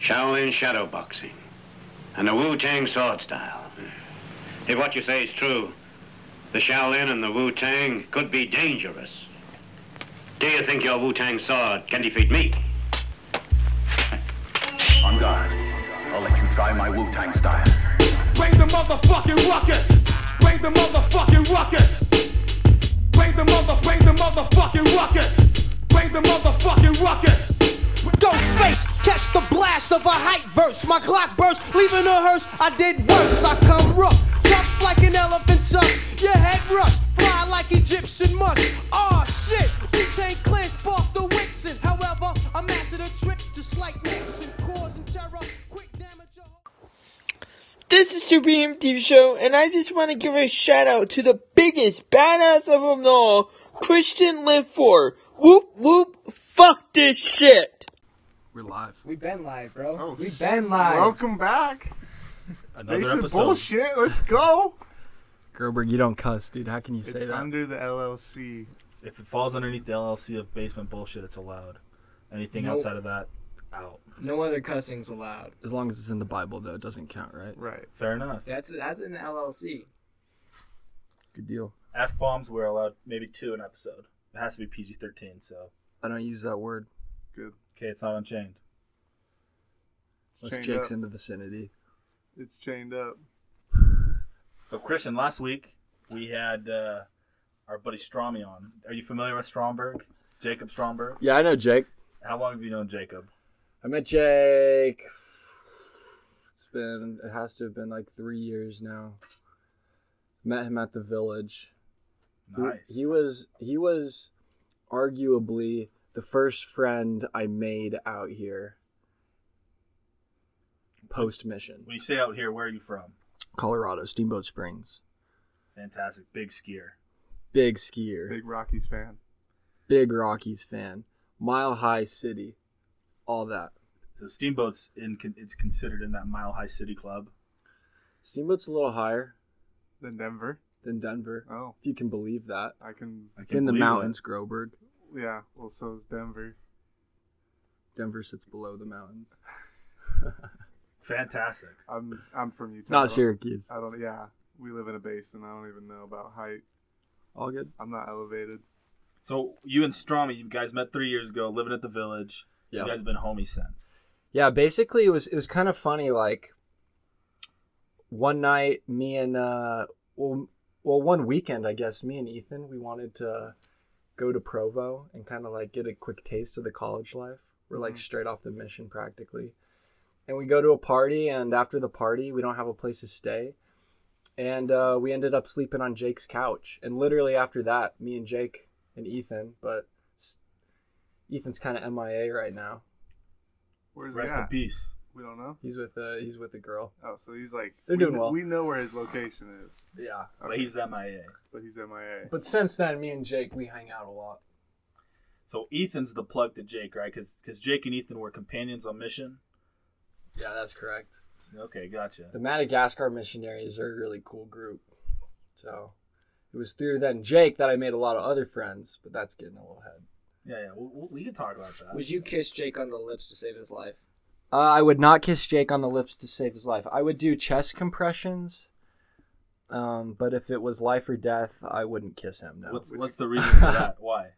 Shaolin shadow boxing and the Wu Tang sword style. If what you say is true, the Shaolin and the Wu Tang could be dangerous. Do you think your Wu Tang sword can defeat me? On guard. I'll let you try my Wu Tang style. Bring the motherfucking ruckus. Bring the motherfucking ruckus. Bring the mother, bring the motherfucking ruckus. Bring the motherfucking ruckus. Ghost face, catch the blast of a hype burst. My Glock burst, leaving a hearse. I did worse. I come rough, tough like an elephant tusk. Your head rush, fly like Egyptian musk. Aw shit, we tank clear, spark the Wixen. However, I mastered a trick just like Nixon, causing terror, quick damage. a- This is Super MTV Show, and I just want to give a shout out to the biggest badass of them all, Christian Linfor. Whoop whoop, fuck this shit. We're live. We've been live, bro. Oh, We've been live. Welcome back. Another Basement episode. bullshit. Let's go. Gerberg, you don't cuss, dude. How can you It's say that? under the LLC. If it falls underneath the LLC of basement bullshit, it's allowed. Anything Nope. outside of that, out. No other cussing's allowed. as long as it's in the Bible, though, it doesn't count, right? Right. Fair enough. That's that's an LLC. Good deal. F bombs were allowed maybe two an episode. It has to be PG thirteen. So I don't use that word. Good. okay, it's not unchained. It's Unless chained Jake's up. in the vicinity. It's chained up. So Christian, last week we had uh, our buddy Stromy on. Are you familiar with Stromberg? Jacob Stromberg. Yeah, I know Jake. How long have you known Jacob? I met Jake. It's been, it has to have been like three years now. Met him at the village. He- Nice. He, was, he was arguably the first friend I made out here post mission. when you say out here, where are you from? Colorado, Steamboat Springs. Fantastic, big skier. Big skier. Big Rockies fan. big Rockies fan, Mile High City, all that. So Steamboat's in. con- It's considered in that Mile High City Club. Steamboat's a little higher Then Denver. than Denver, Oh, if Uh, you can believe that. I can. I It's can't in the believe it. mountains, Groberg. Yeah. Well, so is Denver. Denver sits below the mountains. Fantastic. I'm. I'm from Utah. It's not I don't- Syracuse. I don't. Yeah. We live in a basin. I don't even know about height. All good. I'm not elevated. So you and Stromy, you guys met three years ago, living at the village. Yeah. You guys have been homies since. yeah basically it was it was kind of funny like one night me and uh well, well one weekend i guess me and ethan we wanted to go to provo and kind of like get a quick taste of the college life we're like straight off the mission practically and we go to a party and after the party we don't have a place to stay and uh, we ended up sleeping on jake's couch and literally after that me and jake and ethan but s- ethan's kind of mia right now Where's Rest he in at? peace. We don't know. He's with uh he's with a girl. Oh, so he's like. They're we doing kn- well. We know where his location is, Yeah. But he's MIA. but he's MIA. But since then, me and Jake we hang out a lot. So Ethan's the plug to Jake, right? Because Jake and Ethan were companions on mission. Yeah, that's correct. Okay, gotcha. The Madagascar missionaries are a really cool group. So it was through then Jake that I made a lot of other friends, but that's getting a little head. Yeah, yeah. We, we can talk about that. Would you kiss Jake on the lips to save his life? Uh, I would not kiss Jake on the lips to save his life. I would do chest compressions. Um, but if it was life or death, I wouldn't kiss him. No, What's What's the reason for that? Why?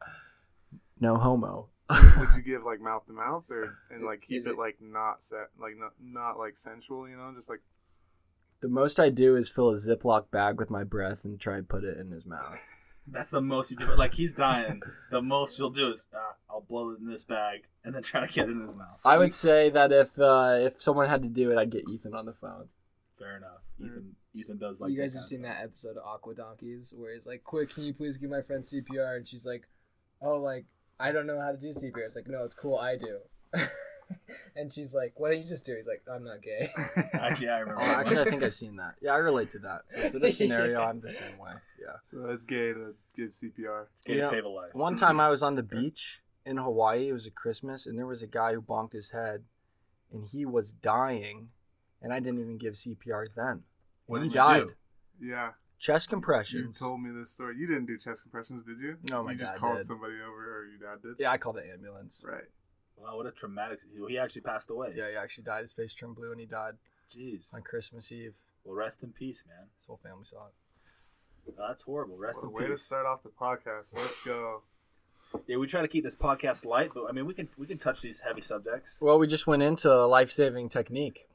no homo. Would you give like mouth to mouth or and like keep Is it, it- like not set like not not like sensual? You know, just like The most I do is fill a Ziploc bag with my breath and try and put it in his mouth. That's the most you do. Like he's dying. The most you'll do is ah, I'll blow it in this bag and then try to get it in his mouth. I would say that if uh, if someone had to do it, I'd get Ethan on the phone. Fair enough. Ethan Ethan does like. you guys that have seen stuff. that episode of Aqua Donkeys where he's like, "Quick, can you please give my friend CPR?" And she's like, "Oh, like I don't know how to do CPR." It's like, "No, it's cool, I do." and she's like, "Why don't you just do?it? He's like, "I'm not gay." I, yeah, I remember. Oh, that one. actually, I think I've seen that. Yeah, I relate to that. So for this scenario, I'm the same way. Yeah. So that's gay to give CPR. it's gonna You know, save a life. One time I was on the beach in Hawaii. It was a Christmas, and there was a guy who bonked his head, and he was dying, and I didn't even give CPR then. What he did you died. do? Yeah, Chest you compressions. told me this story. You didn't do chest compressions, did you? No, my You just dad called did. somebody over, or your dad did. yeah, I called the ambulance. Right. Wow, what a traumatic. He, he actually passed away. Yeah, he actually died. His face turned blue, and he died Jeez. on Christmas Eve. Well, rest in peace, man. His whole family saw it. Oh, that's horrible. Rest What a in way to peace. start off the podcast. Let's go. Yeah, we try to keep this podcast light, but I mean, we can we can touch these heavy subjects. Well, we just went into a life saving technique.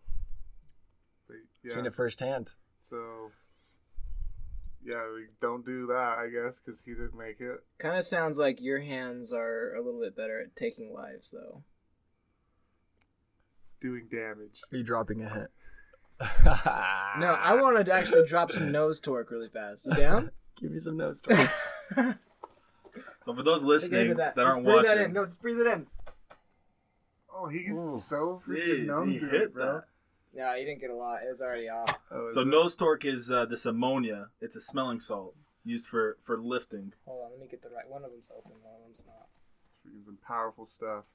But, yeah. Seen it firsthand. So, yeah, we don't do that, I guess, because he didn't make it. Kind of sounds like your hands are a little bit better at taking lives, though. Doing damage. Are you dropping a hit? No, I Ah. wanted to actually drop some nose torque really fast. You down? Give me some nose talk. So for Take a hit those listening of that. Just aren't breathe watching, That in. No, just breathe it in. Oh, he's Ooh. so freaking Jeez, numb he to hit it, bro. No, you didn't get a lot. It was already off. Oh, that. is So it? nose torque is uh, this ammonia. It's a smelling salt used for for lifting. Hold on, let me get the right one of them's open, one of them's not. Freaking some powerful stuff.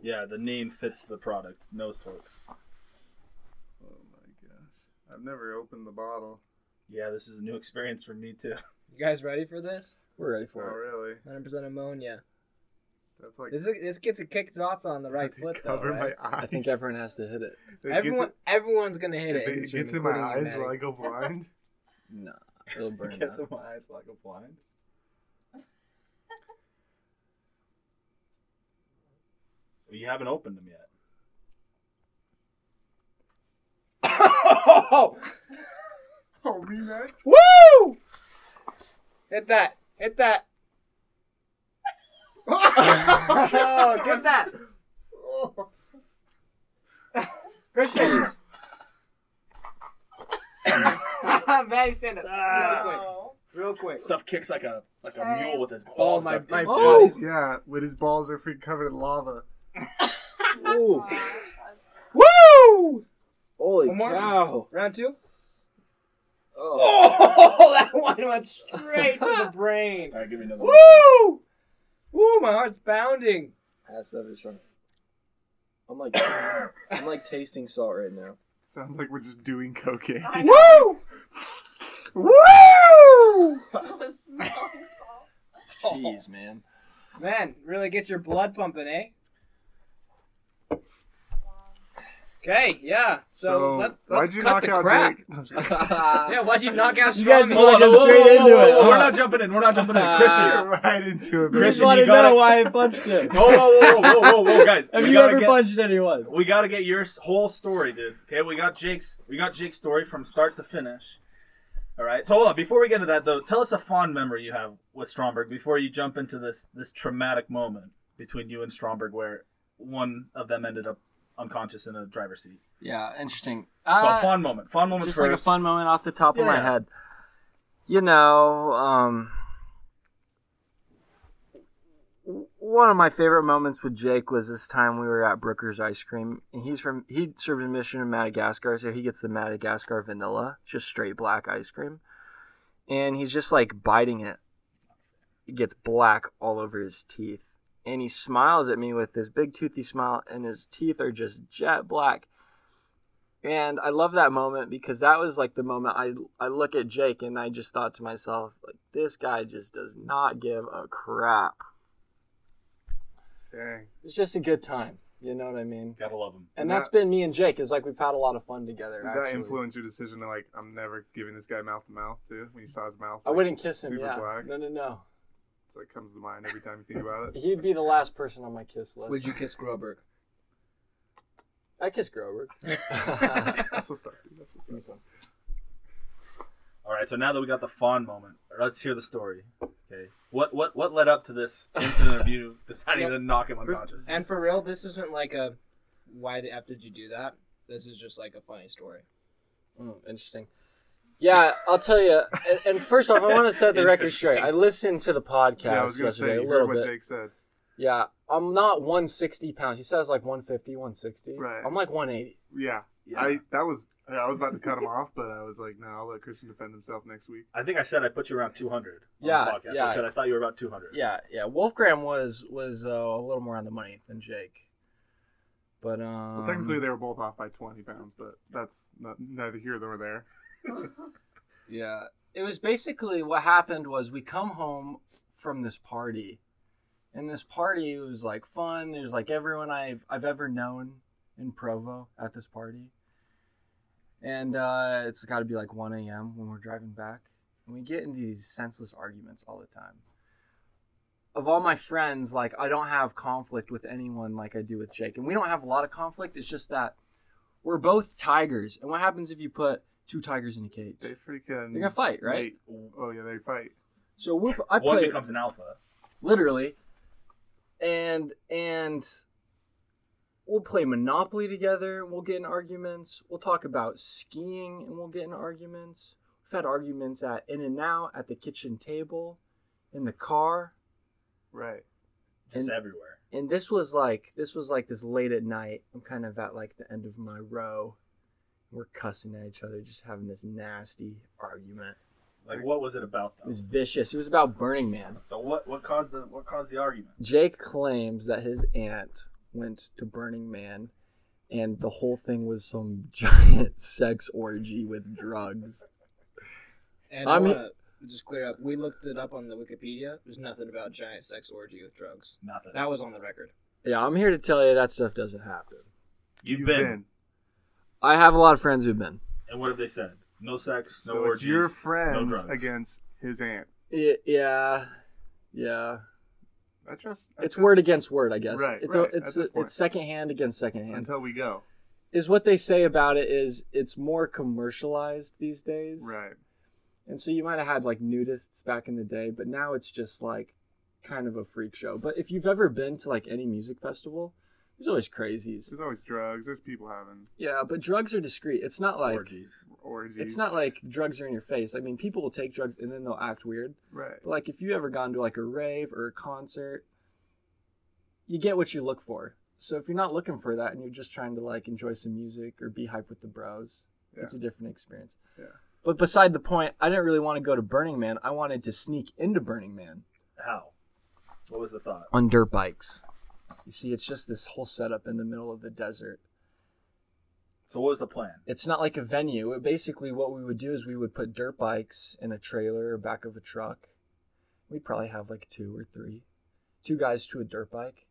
Yeah, the name fits the product. Nose torque. Oh my gosh. I've never opened the bottle. Yeah, this is a new experience for me too. You guys ready for this? We're ready Oh, for it. really? 100% ammonia. That's like This is, this gets it kicked off on the right to foot though, cover right? my eyes. I think everyone has to hit it. It Everyone, gets, everyone's gonna it, hit it. it this room, gets in my including you, eyes Maddie. while I go blind. Nah, it'll burn Gets out. in my eyes like a blind. You haven't opened them yet. oh, me next. Woo! Hit that! Hit that! oh, get that, Oh, Christian! Maddie, stand up real quick, real quick. Stuff kicks like a like a mule with his Oh balls. my, stuck my in. oh! yeah, when his balls are freaking covered in lava. Woo! Holy One more? cow! Round two. Oh. Oh, that one went straight to the brain. All right, give me another. Woo! Woo! My heart's pounding. That stuff is strong. I'm like, I'm like tasting salt right now. Sounds like we're just doing cocaine. Woo! Woo! Jeez, man. Man, really gets your blood pumping, eh? Okay, yeah. So, So, let, let's why'd you cut knock the out crap. Jake? No, I'm just- Yeah, why'd you knock out You guys Strongman? are like- whoa, Just whoa, straight whoa, into whoa, it. whoa, We're Uh, not jumping in. We're not jumping in. Christian, You're right into it, Just Christian, baby. you want to gotta- know why I punched him. whoa, whoa, whoa, whoa, whoa, whoa, guys. Have we you gotta ever get, punched anyone? We gotta get your s- whole story, dude. Okay, we got Jake's. We got Jake's story from start to finish. All right. So hold on. Before we get into that, though, tell us a fond memory you have with Stromberg before you jump into this this traumatic moment between you and Stromberg, where one of them ended up unconscious in a driver's seat. Yeah, interesting. well, fond moment. Fond moment. Uh, just first. like a fun moment off the top of my Yeah. head. You know, um, w- one of my favorite moments with Jake was this time we were at Brooker's Ice Cream, and he's from he served a mission in Madagascar, so he gets the Madagascar vanilla, just straight black ice cream, and he's just like biting it. It gets black all over his teeth. And he smiles at me with this big toothy smile, and his teeth are just jet black. And I love that moment because that was like the moment I I look at Jake and I just thought to myself, like this guy just does not give a crap. Dang. It's just a good time, you know what I mean? Gotta love him. And Did that's been me and Jake. Is like we've had a lot of fun together. Did that actually. influence your decision to like, I'm never giving this guy mouth to mouth too? When you saw his mouth, I like, wouldn't kiss him. super Yeah. black, No, no, no. it's like comes to mind every time you think about it. He'd be the last person on my kiss list. Would you kiss Groberg? I kiss Grover. That's what's up, dude. That's what's up. All right, so now that we got the fond moment, let's hear the story. Okay, what what what led up to this incident of you deciding to knock him unconscious? And for real, this isn't like a why the F did you do that? This is just like a funny story. Mm, interesting. Yeah, I'll tell you. And, and first off, I want to set the record straight. I listened to the podcast Yeah, I was gonna yesterday say a you little heard bit. what Jake said. Yeah, I'm not 160 pounds. He says like 150, 160. Right. I'm like 180. Yeah, Yeah. I that was I was about to cut him off, but I was like, no, I'll let Christian defend himself next week. I think I said I put you around 200. on the Yeah, podcast. yeah. I said I thought you were about 200. Yeah, yeah. Wolfgram was was uh, a little more on the money than Jake, but um. Well, technically, they were both off by 20 pounds, but that's not, neither here nor there. Yeah. It was basically what happened was we come home from this party and this party was like fun. There's like everyone I've I've ever known in Provo at this party. And uh, it's got to be like 1 a.m. when we're driving back, and we get into these senseless arguments all the time. Of all my friends, like I don't have conflict with anyone like I do with Jake, and we don't have a lot of conflict. It's just that we're both tigers, and what happens if you put two tigers in a cage? They They're freaking. gonna fight, right? Wait. Oh yeah, they fight. So Whoop, I One play becomes an alpha. literally, and and we'll play Monopoly together. We'll get in arguments. We'll talk about skiing, and we'll get in arguments. We've had arguments at In and Out, at the kitchen table, in the car, Right. Just And- everywhere. and this was like this was like this late at night. I'm kind of at like the end of my row. We're cussing at each other, just having this nasty argument. Like, what was it about It though? was vicious. It was about Burning Man. So what? What caused the? What caused the argument? Jake claims that his aunt went to Burning Man and the whole thing was some giant sex orgy with drugs. And I I mean- want to just clear up. We looked it up on the Wikipedia. There's nothing about giant sex orgy with drugs. Nothing. That was on the record. Yeah, I'm here to tell you that stuff doesn't happen. You've been. I have a lot of friends who've been. And what have they said? No sex. No so orgies. it's your no friends drugs. against his aunt. Y- Yeah, yeah. I trust. I It's trust- word against word, I guess. Right, It's right, a, it's at this a, point. it's secondhand against secondhand. until we go. Is what they say about it is it's more commercialized these days. Right. And so you might have had like nudists back in the day, but now it's just like kind of a freak show. But if you've ever been to like any music festival, there's always crazies. There's always drugs. There's people having Yeah, but drugs are discreet. It's not like orgies. orgies. it's not like drugs are in your face. I mean, people will take drugs and then they'll act weird. right. But like if you ever gone to like a rave or a concert, you get what you look for. So if you're not looking for that and you're just trying to like enjoy some music or be hype with the bros, Yeah. it's a different experience. Yeah. But beside the point, I didn't really want to go to Burning Man. I wanted to sneak into Burning Man How? What was the thought? on dirt bikes. You see, it's just this whole setup in the middle of the desert. So what was the plan? It's not like a venue. It- basically, what we would do is we would put dirt bikes in a trailer or back of a truck. We'd probably have like two or three, two guys to a dirt bike.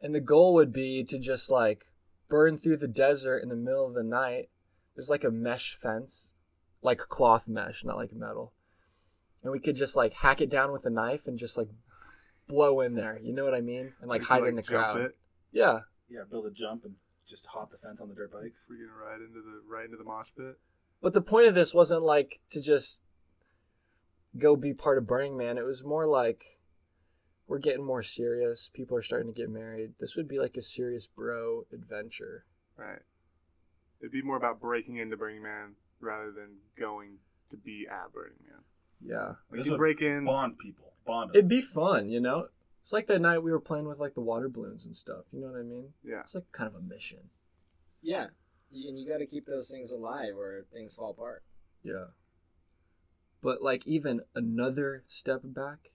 And the goal would be to just like burn through the desert in the middle of the night. There's like a mesh fence, like cloth mesh, not like metal. And we could just like hack it down with a knife and just like blow in there. You know what I mean? And like You hide could, in the like, jump crowd. It, Yeah. Yeah, build a jump and just hop the fence on the dirt like bikes. freaking right into the right into the mosh pit. But the point of this wasn't like to just go be part of Burning Man. It was more like we're getting more serious. People are starting to get married. This would be like a serious bro adventure. Right. It'd be more about breaking into Burning Man rather than going to be at Burning Man. Yeah. Like This you would break in. Bond people. Bond. It'd be fun, you know? It's like that night we were playing with like the water balloons and stuff. You know what I mean? Yeah. It's like kind of a mission. Yeah. Y- And you got to keep those things alive or things fall apart. Yeah. But like even another step back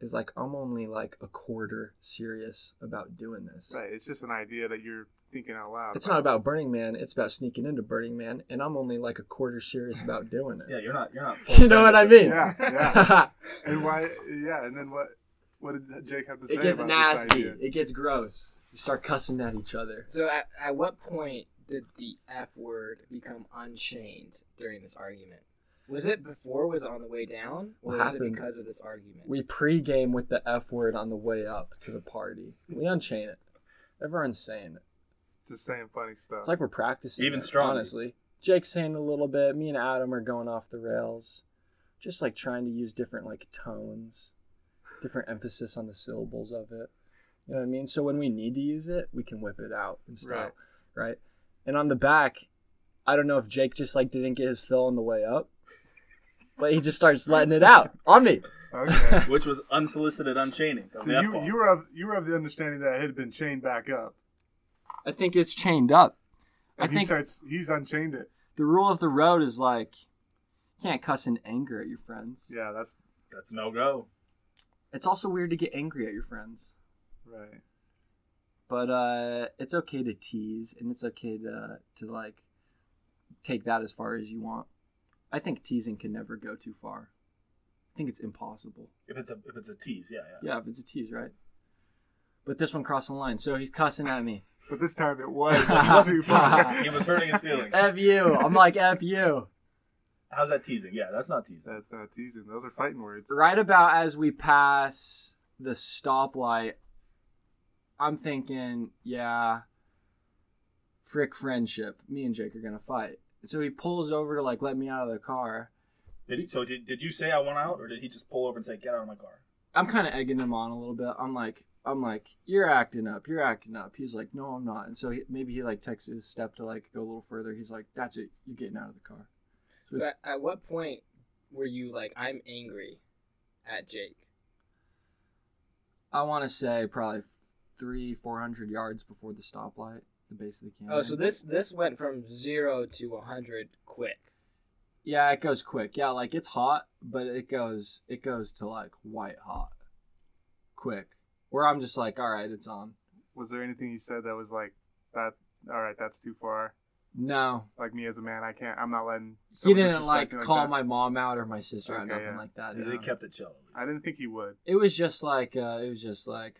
is like I'm only like a quarter serious about doing this. Right. It's just an idea that you're thinking out loud. It's not about Burning Man. It's about sneaking into Burning Man, and I'm only like a quarter serious about doing yeah, it. you're not. You're not. you know what I mean? Yeah. Yeah. and why? Yeah. And then what? What did Jake have to say it gets about nasty. this idea? It gets gross. You start cussing at each other. So at, at what point did the F word become unchained during this argument? Was it before? Was it on the way down? Or What was it happened? because of this argument? We pregame with the F word on the way up to the party. We unchain it. Everyone's saying it. Just saying funny stuff. It's like we're practicing. Even it, stronger. Honestly, Jake's saying a little bit. Me and Adam are going off the rails, just like trying to use different like tones, different emphasis on the syllables of it. You know what I mean? So when we need to use it, we can whip it out and stuff, Right. right. And on the back, I don't know if Jake just like didn't get his fill on the way up, but he just starts letting it out on me. okay. Which was unsolicited unchaining. of So the you F-bomb. you were of you were of the understanding that it had been chained back up, I think it's chained up. I and he think- starts he's unchained it. The rule of the road is like, you can't cuss in anger at your friends. Yeah, that's That's no go. It's also weird to get angry at your friends. right. but uh, it's okay to tease and it's okay to to like take that as far as you want. I think teasing can never go too far. I think it's impossible. If it's a if it's a tease, yeah, yeah. Yeah, if it's a tease, right? but this one crossed the line, so he's cussing at me. But this time it was. It wasn't He fun. was hurting his feelings. F you. I'm like, F you. How's that teasing? Yeah, that's not teasing. That's not teasing. Those are fighting words. Right about as we pass the stoplight, I'm thinking, yeah, frick friendship. Me and Jake are going to fight. So he pulls over to like let me out of the car. Did he, so did, did you say I want out, or did he just pull over and say, "Get out of my car"? I'm kind of egging him on a little bit. I'm like, I'm like, you're acting up, you're acting up. He's like, no, I'm not. And so he, maybe he like texts his step to like go a little further. He's like, that's it, you're getting out of the car. So at, at what point were you like, I'm angry at Jake? I want to say probably three, four hundred yards before the stoplight, the base of the canyon. Oh, so this this went from zero to a hundred quick. Yeah, it goes quick. Yeah, like it's hot, but it goes it goes to like white hot, quick. Where I'm just like, all right, it's on. Was there anything he said that was like that? All right, that's too far. No, Like me as a man, I can't. I'm not letting. he someone didn't disrespect like me call that. my mom out or my sister out, Okay, nothing yeah. like that. They no. kept it chill. I didn't think he would. it was just like uh, it was just like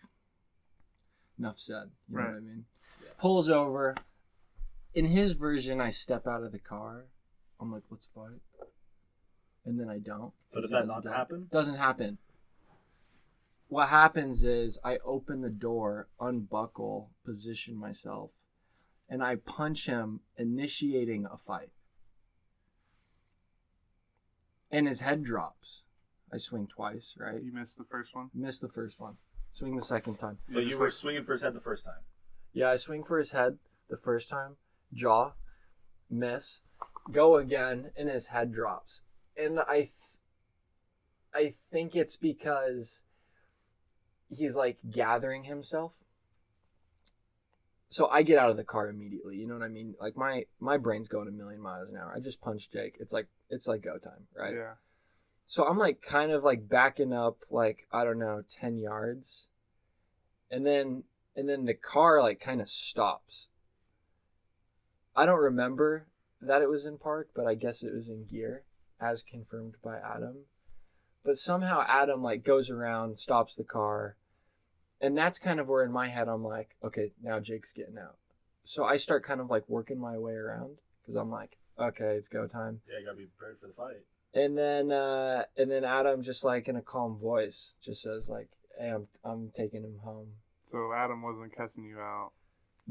enough said you know Right. what i mean pulls over in his version i step out of the car i'm like let's fight and then i don't So did It that doesn't not do- happen? doesn't happen what happens is i open the door unbuckle position myself and i punch him initiating a fight and his head drops i swing twice right You missed the first one. Missed the first one. Swing the second time. So You're you just were like- swinging for his head the first time. Yeah, I swing for his head the first time, jaw, miss, go again, and his head drops. And I, th- I think it's because he's like gathering himself. So I get out of the car immediately. You know what I mean? Like my my brain's going a million miles an hour. I just punched Jake. It's like it's like go time, right? Yeah. so I'm like kind of like backing up like I don't know 10 yards and then and then the car like kind of stops I don't remember that it was in park but I guess it was in gear as confirmed by Adam but somehow Adam like goes around stops the car and that's kind of where in my head I'm like okay now Jake's getting out so I start kind of like working my way around cuz I'm like okay it's go time Yeah, you gotta be prepared for the fight. and then uh and then adam just like in a calm voice just says like hey i'm, I'm taking him home So Adam wasn't cussing you out.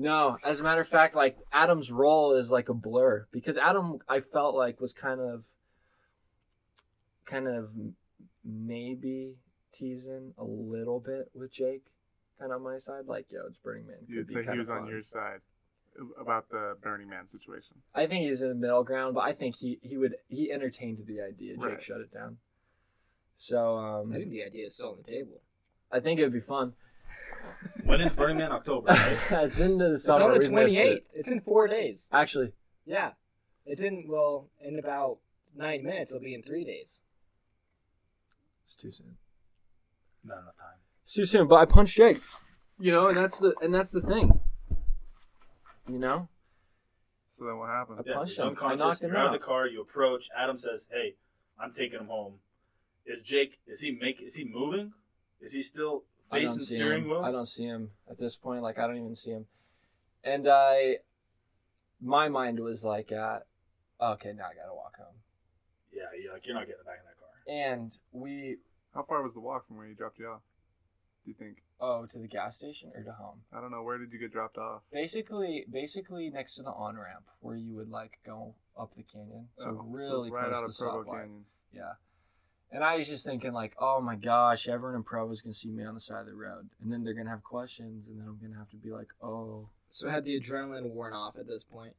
no as a matter of fact like adam's role is like a blur because adam i felt like was kind of kind of maybe teasing a little bit with jake kind of on my side like yo it's burning man You'd be say he kinda was on fun. your side about the Burning Man situation. i think he's in the middle ground but i think he he would he entertained the idea jake Right. shut it down so um I think the idea is still on the table. i think it would be fun When is Burning Man October? Right? it's into the It's on summer. the we missed twenty it. eighth. It's in four days. Actually, Yeah, it's in well in about nine minutes. It'll be in three days. it's too soon. Not enough time. It's too soon. But I punched Jake. You know, and that's the and that's the thing. You know, So then what happened? Yeah, so punched he's him. I unconscious. knocked him You're out of out. the car. You approach. Adam says, "Hey, I'm taking him home." Is Jake? Is he make? Is he moving? Is he still I don't facing see steering him. wheel? I don't see him at this point. Like I don't even see him. And I, my mind was like, uh, okay, now I gotta walk home. Yeah, you're like you're not getting back in that car. And we How far was the walk from where you dropped you off? Do you think? oh to the gas station or to home. I don't know. Where did you get dropped off? Basically, basically next to the on ramp where you would like go up the canyon. So Oh, really right out of close to the Provo stoplight. Canyon. Yeah. And I was just thinking, like, oh my gosh, everyone in Provo's gonna see me on the side of the road, and then they're gonna have questions, and then I'm gonna have to be like, oh, So had the adrenaline worn off at this point?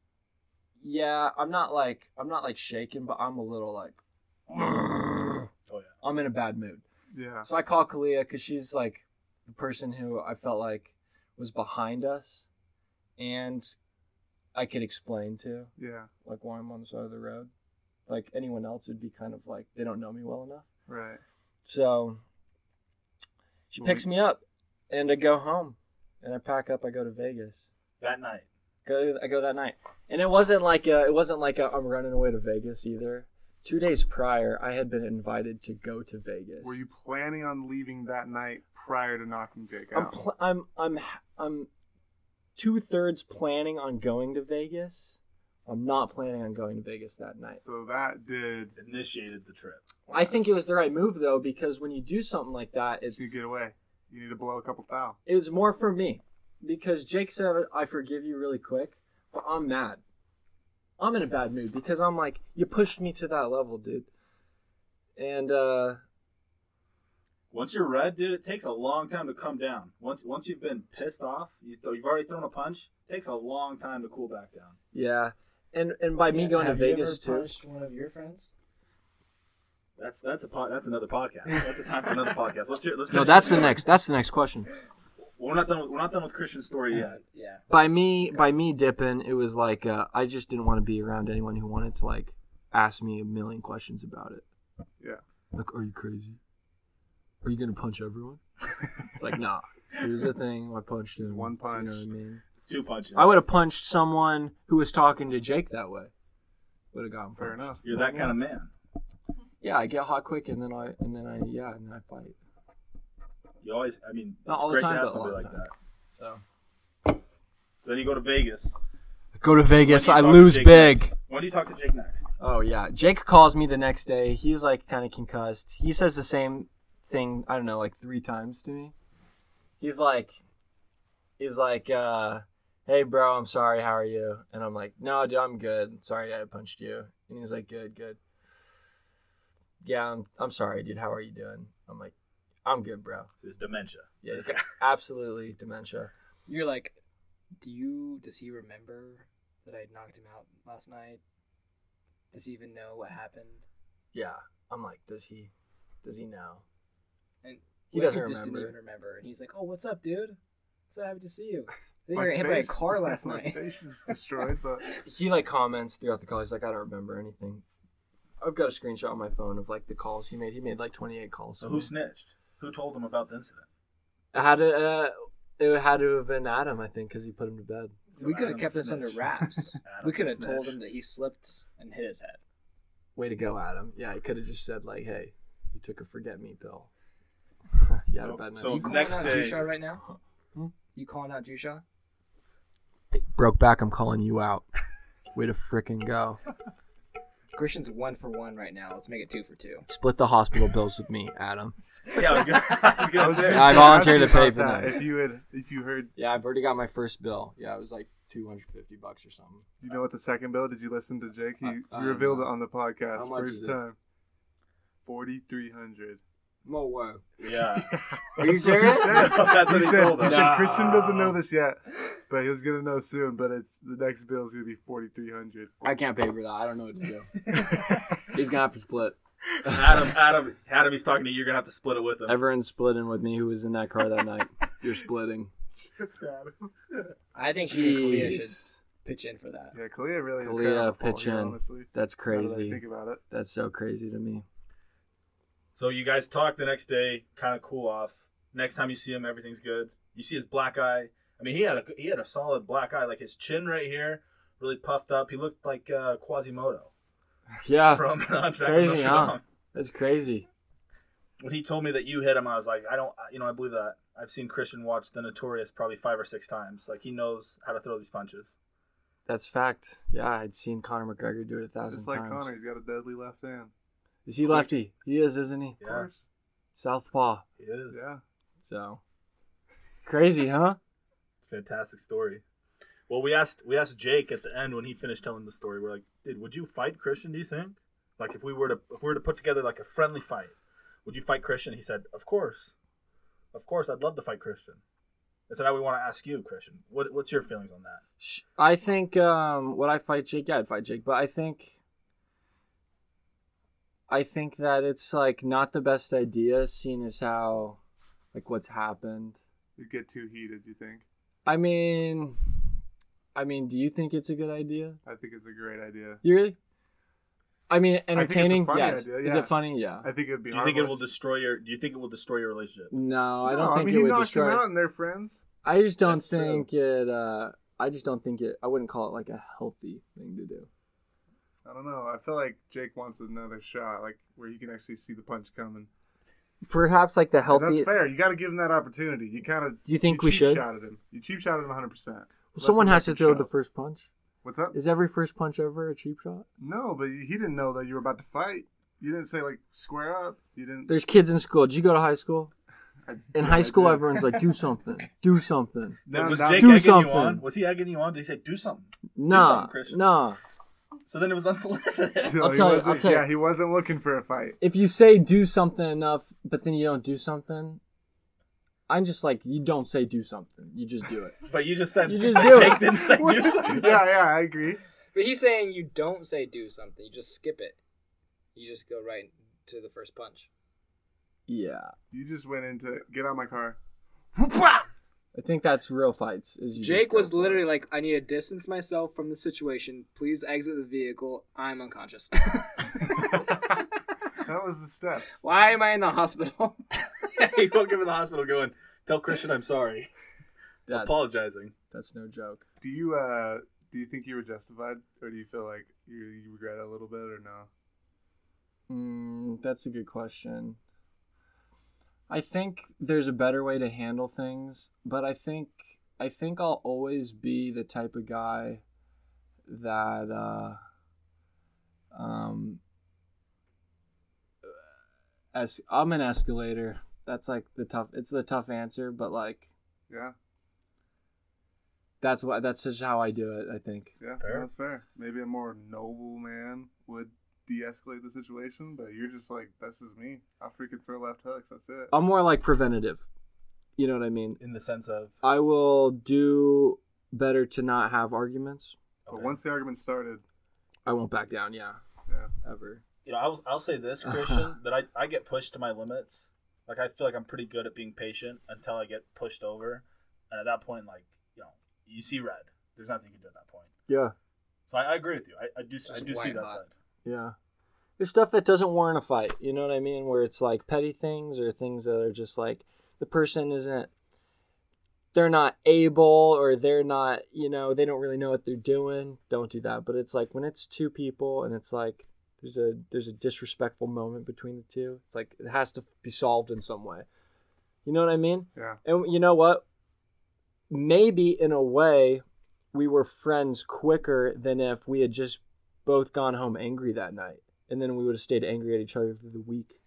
yeah, I'm not like, I'm not like shaking, but I'm a little like, Oh yeah. I'm in a bad mood. Yeah. So I call Kalia because she's like the person who I felt like was behind us, and I could explain to Yeah. like why I'm on the side of the road. Like anyone else would be kind of like they don't know me well enough. Right. So she Well, picks we- me up, and I go home, and I pack up. I go to Vegas. That night. uh, Go, I go that night, and it wasn't like a, it wasn't like a, I'm running away to Vegas either. Two days prior, I had been invited to go to Vegas. Were you planning on leaving that night prior to knocking Jake I'm out? pl- I'm I'm I'm two thirds planning on going to Vegas. I'm not planning on going to Vegas that night. so that did Initiated the trip. I think it was the right move though, because when you do something like that, it's you get away. You need to blow a couple thou. it was more for me because Jake said I forgive you really quick, but I'm mad. I'm in a bad mood because I'm like you pushed me to that level, dude. And uh Once you're red, dude, it takes a long time to come down. Once once you've been pissed off, you th- you've already thrown a punch. It takes a long time to cool back down. yeah, and and by me Yeah, going to have you ever Vegas too. punched one of your friends? That's that's a po- that's another podcast. That's a time for another podcast. Let's hear. Let's No, finish that's this the story. next. That's the next question. We're not done. With, we're not done with Christian's story yet. Yeah. by me by me dipping it was like uh, i just didn't want to be around anyone who wanted to like ask me a million questions about it Yeah. like are you crazy are you gonna punch everyone it's like nah it was a thing i punched him One punch. you know what i mean It's two punches. i would have punched someone who was talking to jake that way would have gotten Fair punched. enough. You're that kind of man. yeah i get hot quick and then i and then i yeah and then i fight You always. I mean, Not it's all the great time, to have but a somebody lot of like time. that. So So then you go to Vegas. I go to vegas When i do you talk to lose Jake big next? When do you talk to Jake next? Oh yeah, Jake calls me the next day. He's like kind of concussed. He says the same thing. I don't know, like three times to me. He's like, he's like, uh, "Hey, bro, I'm sorry. How are you?" And I'm like, "No, dude, I'm good. Sorry, I punched you." And he's like, "Good, good. Yeah, I'm, I'm sorry, dude. How are you doing?" I'm like, "I'm good, bro. So it's dementia. Yeah, This he's guy. absolutely dementia." you're like, do you? Does he remember that I knocked him out last night? Does he even know what happened? Yeah, I'm like, does he, does he know? And He what if doesn't just didn't remember. even remember. And he's like, "Oh, what's up, dude? So happy to see you." I think My I got hit by a face- car last my night. face is destroyed, but he like comments throughout the call. He's like, I don't remember anything. I've got a screenshot on my phone of like the calls he made. He made like 28 calls. So who snitched? Who told him about the incident? It had to, uh, it had to have been Adam, I think, because he put him to bed. we could have Adam kept this snitched. under wraps. Adam we could have told snitched. him that he slipped and hit his head. Way to go, Adam. Yeah, he could have just said like, Hey, you took a forget me pill. you had a So- bad night. so- You calling Next out day- Jusha right now? You calling out Jusha? broke back. I'm calling you out. Way to frickin' go. Christian's one for one right now. Let's make it two for two. Split the hospital bills with me, Adam. Yeah, I was gonna, I was I gonna was say. just I gonna volunteered ask to you pay about for that. If you had, if you heard, Yeah, I've already got my first bill. Yeah, it was like 250 bucks or something. you know what the second bill? Did you listen to Jake? He I- I revealed know. it on the podcast How much first is it? time. Forty three hundred. No way. Yeah. Are you serious? That's he what he said, told he us. said Christian doesn't know this yet, but he was gonna know soon. But it's the next bill is gonna be forty three hundred. I can't pay for that. I don't know what to do. He's gonna have to split. Adam, Adam, Adam, he's talking to you. You're gonna have to split it with him. Everyone's splitting with me who was in that car that night. You're splitting. I think Kalia should Jeez. pitch in for that. Yeah, Kalia really is Kalia, kind of pitch pitch in. honestly. That's Now that I crazy. Think about it. That's so crazy to me. So you guys talk the next day, kind of cool off. Next time you see him, everything's good. You see his black eye. I mean, he had a he had a solid black eye, like his chin right here, really puffed up. He looked like uh, Quasimodo Yeah, from The Hunchback of crazy, Notre huh? Dame. that's crazy. When he told me that you hit him, I was like, I don't, you know, I believe that. I've seen Christian watch The Notorious probably five or six times. Like he knows how to throw these punches. That's fact. Yeah, I'd seen Conor McGregor do it a thousand Just like times. Connor, he's got a deadly left hand. Is he lefty? He is, isn't he? Of Yeah, course. Southpaw. he is. Yeah. So crazy, huh? Fantastic story. Well, we asked we asked Jake at the end when he finished telling the story. We're like, dude, would you fight Christian? Do you think? Like, if we were to if we were to put together like a friendly fight, would you fight Christian? He said, of course, of course, I'd love to fight Christian. And so now we want to ask you, Christian, what what's your feelings on that? Sh- I think um, would I fight Jake? Yeah, I'd fight Jake, but I think I think that it's like not the best idea, seeing as how like what's happened. You get too heated. You think? I mean, I mean, do you think it's a good idea? I think it's a great idea. You really? I mean, think it's a entertaining. funny yes. idea, Is yeah. it funny? Yeah. I think it'd be. Do you think it will harmless. destroy your Do you think it will destroy your relationship? No, I No, don't think mean, it he would knocked destroy. him out, and they're friends. I just don't That's true. think it. Uh, I just don't think it. I wouldn't call it like a healthy thing to do. I don't know. I feel like Jake wants another shot, like where he can actually see the punch coming. Perhaps like the And healthy. that's fair. You got to give him that opportunity. You kind of. Do you think we should? Shot at him. You cheap shot at him 100. percent Someone has to throw the first punch. What's up? Is every first punch ever a cheap shot? No, but he didn't know that you were about to fight. You didn't say like square up. You didn't. There's kids in school. Did you go to high school? I- In yeah, I high school, did. everyone's like, "Do something, do something." Down, was down. Jake Do egging something. you on? Was he egging you on? Did he say do something? Nah, something, Christian. nah. So then it was unsolicited. So I'll he tell you- I'll wasn't- tell you. Yeah, he wasn't looking for a fight. If you say "do something" enough, but then you don't do something, I'm just like, you don't say "do something." You just do it. but you just said You just do Jake it. didn't say do something. yeah, yeah, I agree. But he's saying you don't say do something. You just skip it. You just go right to the first punch. yeah, You just went into get out of my car. I think that's real fights. Is you just Jake go was for it. literally like, "I need to distance myself from the situation. Please exit the vehicle. I'm unconscious. That was the steps. Why am I in the hospital?" he woke up in the hospital going, "Tell Christian I'm sorry, That- apologizing." that's no joke. Do you uh do you think you were justified, or do you feel like you, you regret it a little bit, or no? Mm, that's a good question. I think there's a better way to handle things, but I think I think I'll always be the type of guy that uh, um, as I'm an escalator. That's like the tough. It's the tough answer, but like Yeah, that's why that's just how I do it. I think. yeah, Fair. that's fair. Maybe a more noble man would de-escalate the situation, but you're just like, this is me. I freaking throw left hooks. That's it. Oh, I'm more like preventative. You know what I mean? In the sense of, I will do better to not have arguments. But once the argument started, I won't back down. Yeah. Yeah. Ever. you know, I was, I'll say this, Christian, that I, I get pushed to my limits. Like I feel like I'm pretty good at being patient until I get pushed over, and at that point, like you know, you see red. There's nothing you can do at that point. Yeah. So I, I agree with you. I, I do I do see white that hot. side. Yeah. There's stuff that doesn't warrant a fight. You know what I mean? Where it's like petty things or things that are just like the person isn't. They're not able, or they're not, you know, they don't really know what they're doing. Don't do that. But it's like when it's two people, and it's like there's a there's a disrespectful moment between the two. It's like it has to be solved in some way. You know what I mean? yeah, And you know what? Maybe in a way, we were friends quicker than if we had just both gone home angry that night, and then we would have stayed angry at each other through the week.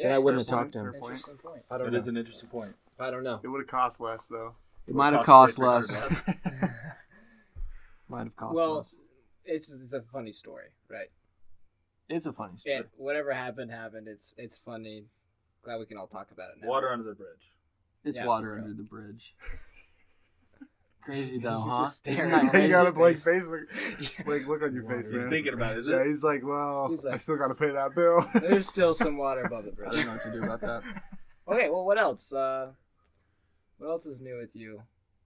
and I wouldn't have fair talked to point, him. fair point. Interesting point. I It don't is know. an interesting point. I don't know. It would have cost less though. It might have cost Cost way less. quicker than us. Might have cost Well, less. it's it's a funny story, right? It's a funny story. And whatever happened happened. It's it's funny. Glad we can all talk about it now. Water under the bridge. It's yeah, water bro. under the bridge. crazy though, You're huh? just Isn't staring that at you crazy? got a blank face. Like, like, look on your face, He's man. thinking about it. Is yeah, it? he's like, well, He's like- I still got to pay that bill. There's still some water above the I bridge. don't know what to do about that. Okay, well, what else? Uh, what else is new with you?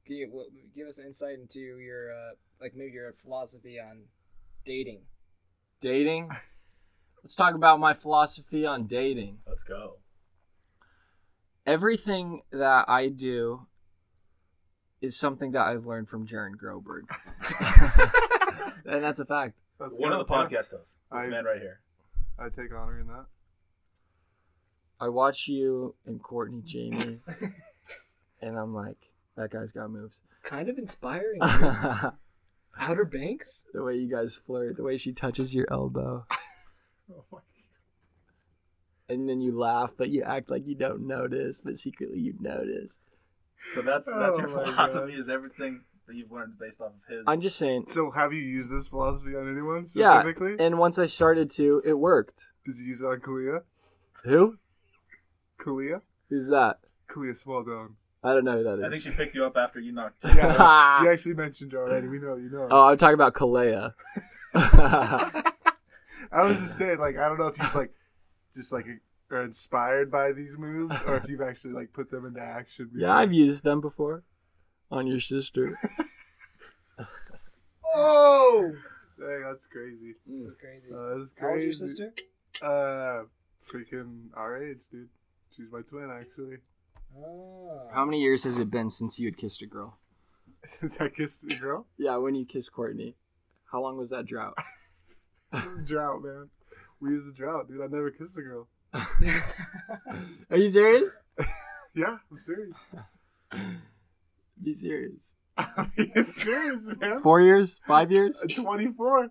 Can you wh- give us an insight into your, uh, like, maybe your philosophy on dating? Dating. Let's talk about my philosophy on dating. Let's go. everything that I do is something that I've learned from Jaron Groberg. and that's a fact. That's One good. of the podcast hosts. This I- man right here. I take honor in that. I watch you and Courtney Jamie, and I'm like, that guy's got moves. Kind of inspiring. the Outer Banks? way you guys flirt, the way she touches your elbow. And then you laugh, but you act like you don't notice, but secretly you notice. So that's that's your Oh my philosophy is everything that you've learned based off of his. I'm just saying. So, have you used this philosophy on anyone Yeah. specifically? And once I started to, it worked. Did you use it on Kalia? Who? Kalia? Who's that? Kalia Swaldown. I don't know who that is. I think she picked you up after you knocked. Yeah, you actually mentioned her already. We know you know. her. Oh, I'm talking about Kalea. I was just saying, like, I don't know if you've like, just like, are inspired by these moves, or if you've actually like put them into action. Before. yeah, I've used them before on your sister. Oh! Dang, that's crazy. That's crazy. Uh, that's crazy. How old's your sister? Uh, freaking our age, dude. She's my twin, actually. Oh. How many years has it been since you had kissed a girl? Since I kissed a girl, Yeah, when you kissed Courtney. How long was that drought? drought, man. We used the drought, dude. I never kissed a girl. Are you serious? Yeah, I'm serious. Be serious. I'm being serious, man. Four years? Five years? 24.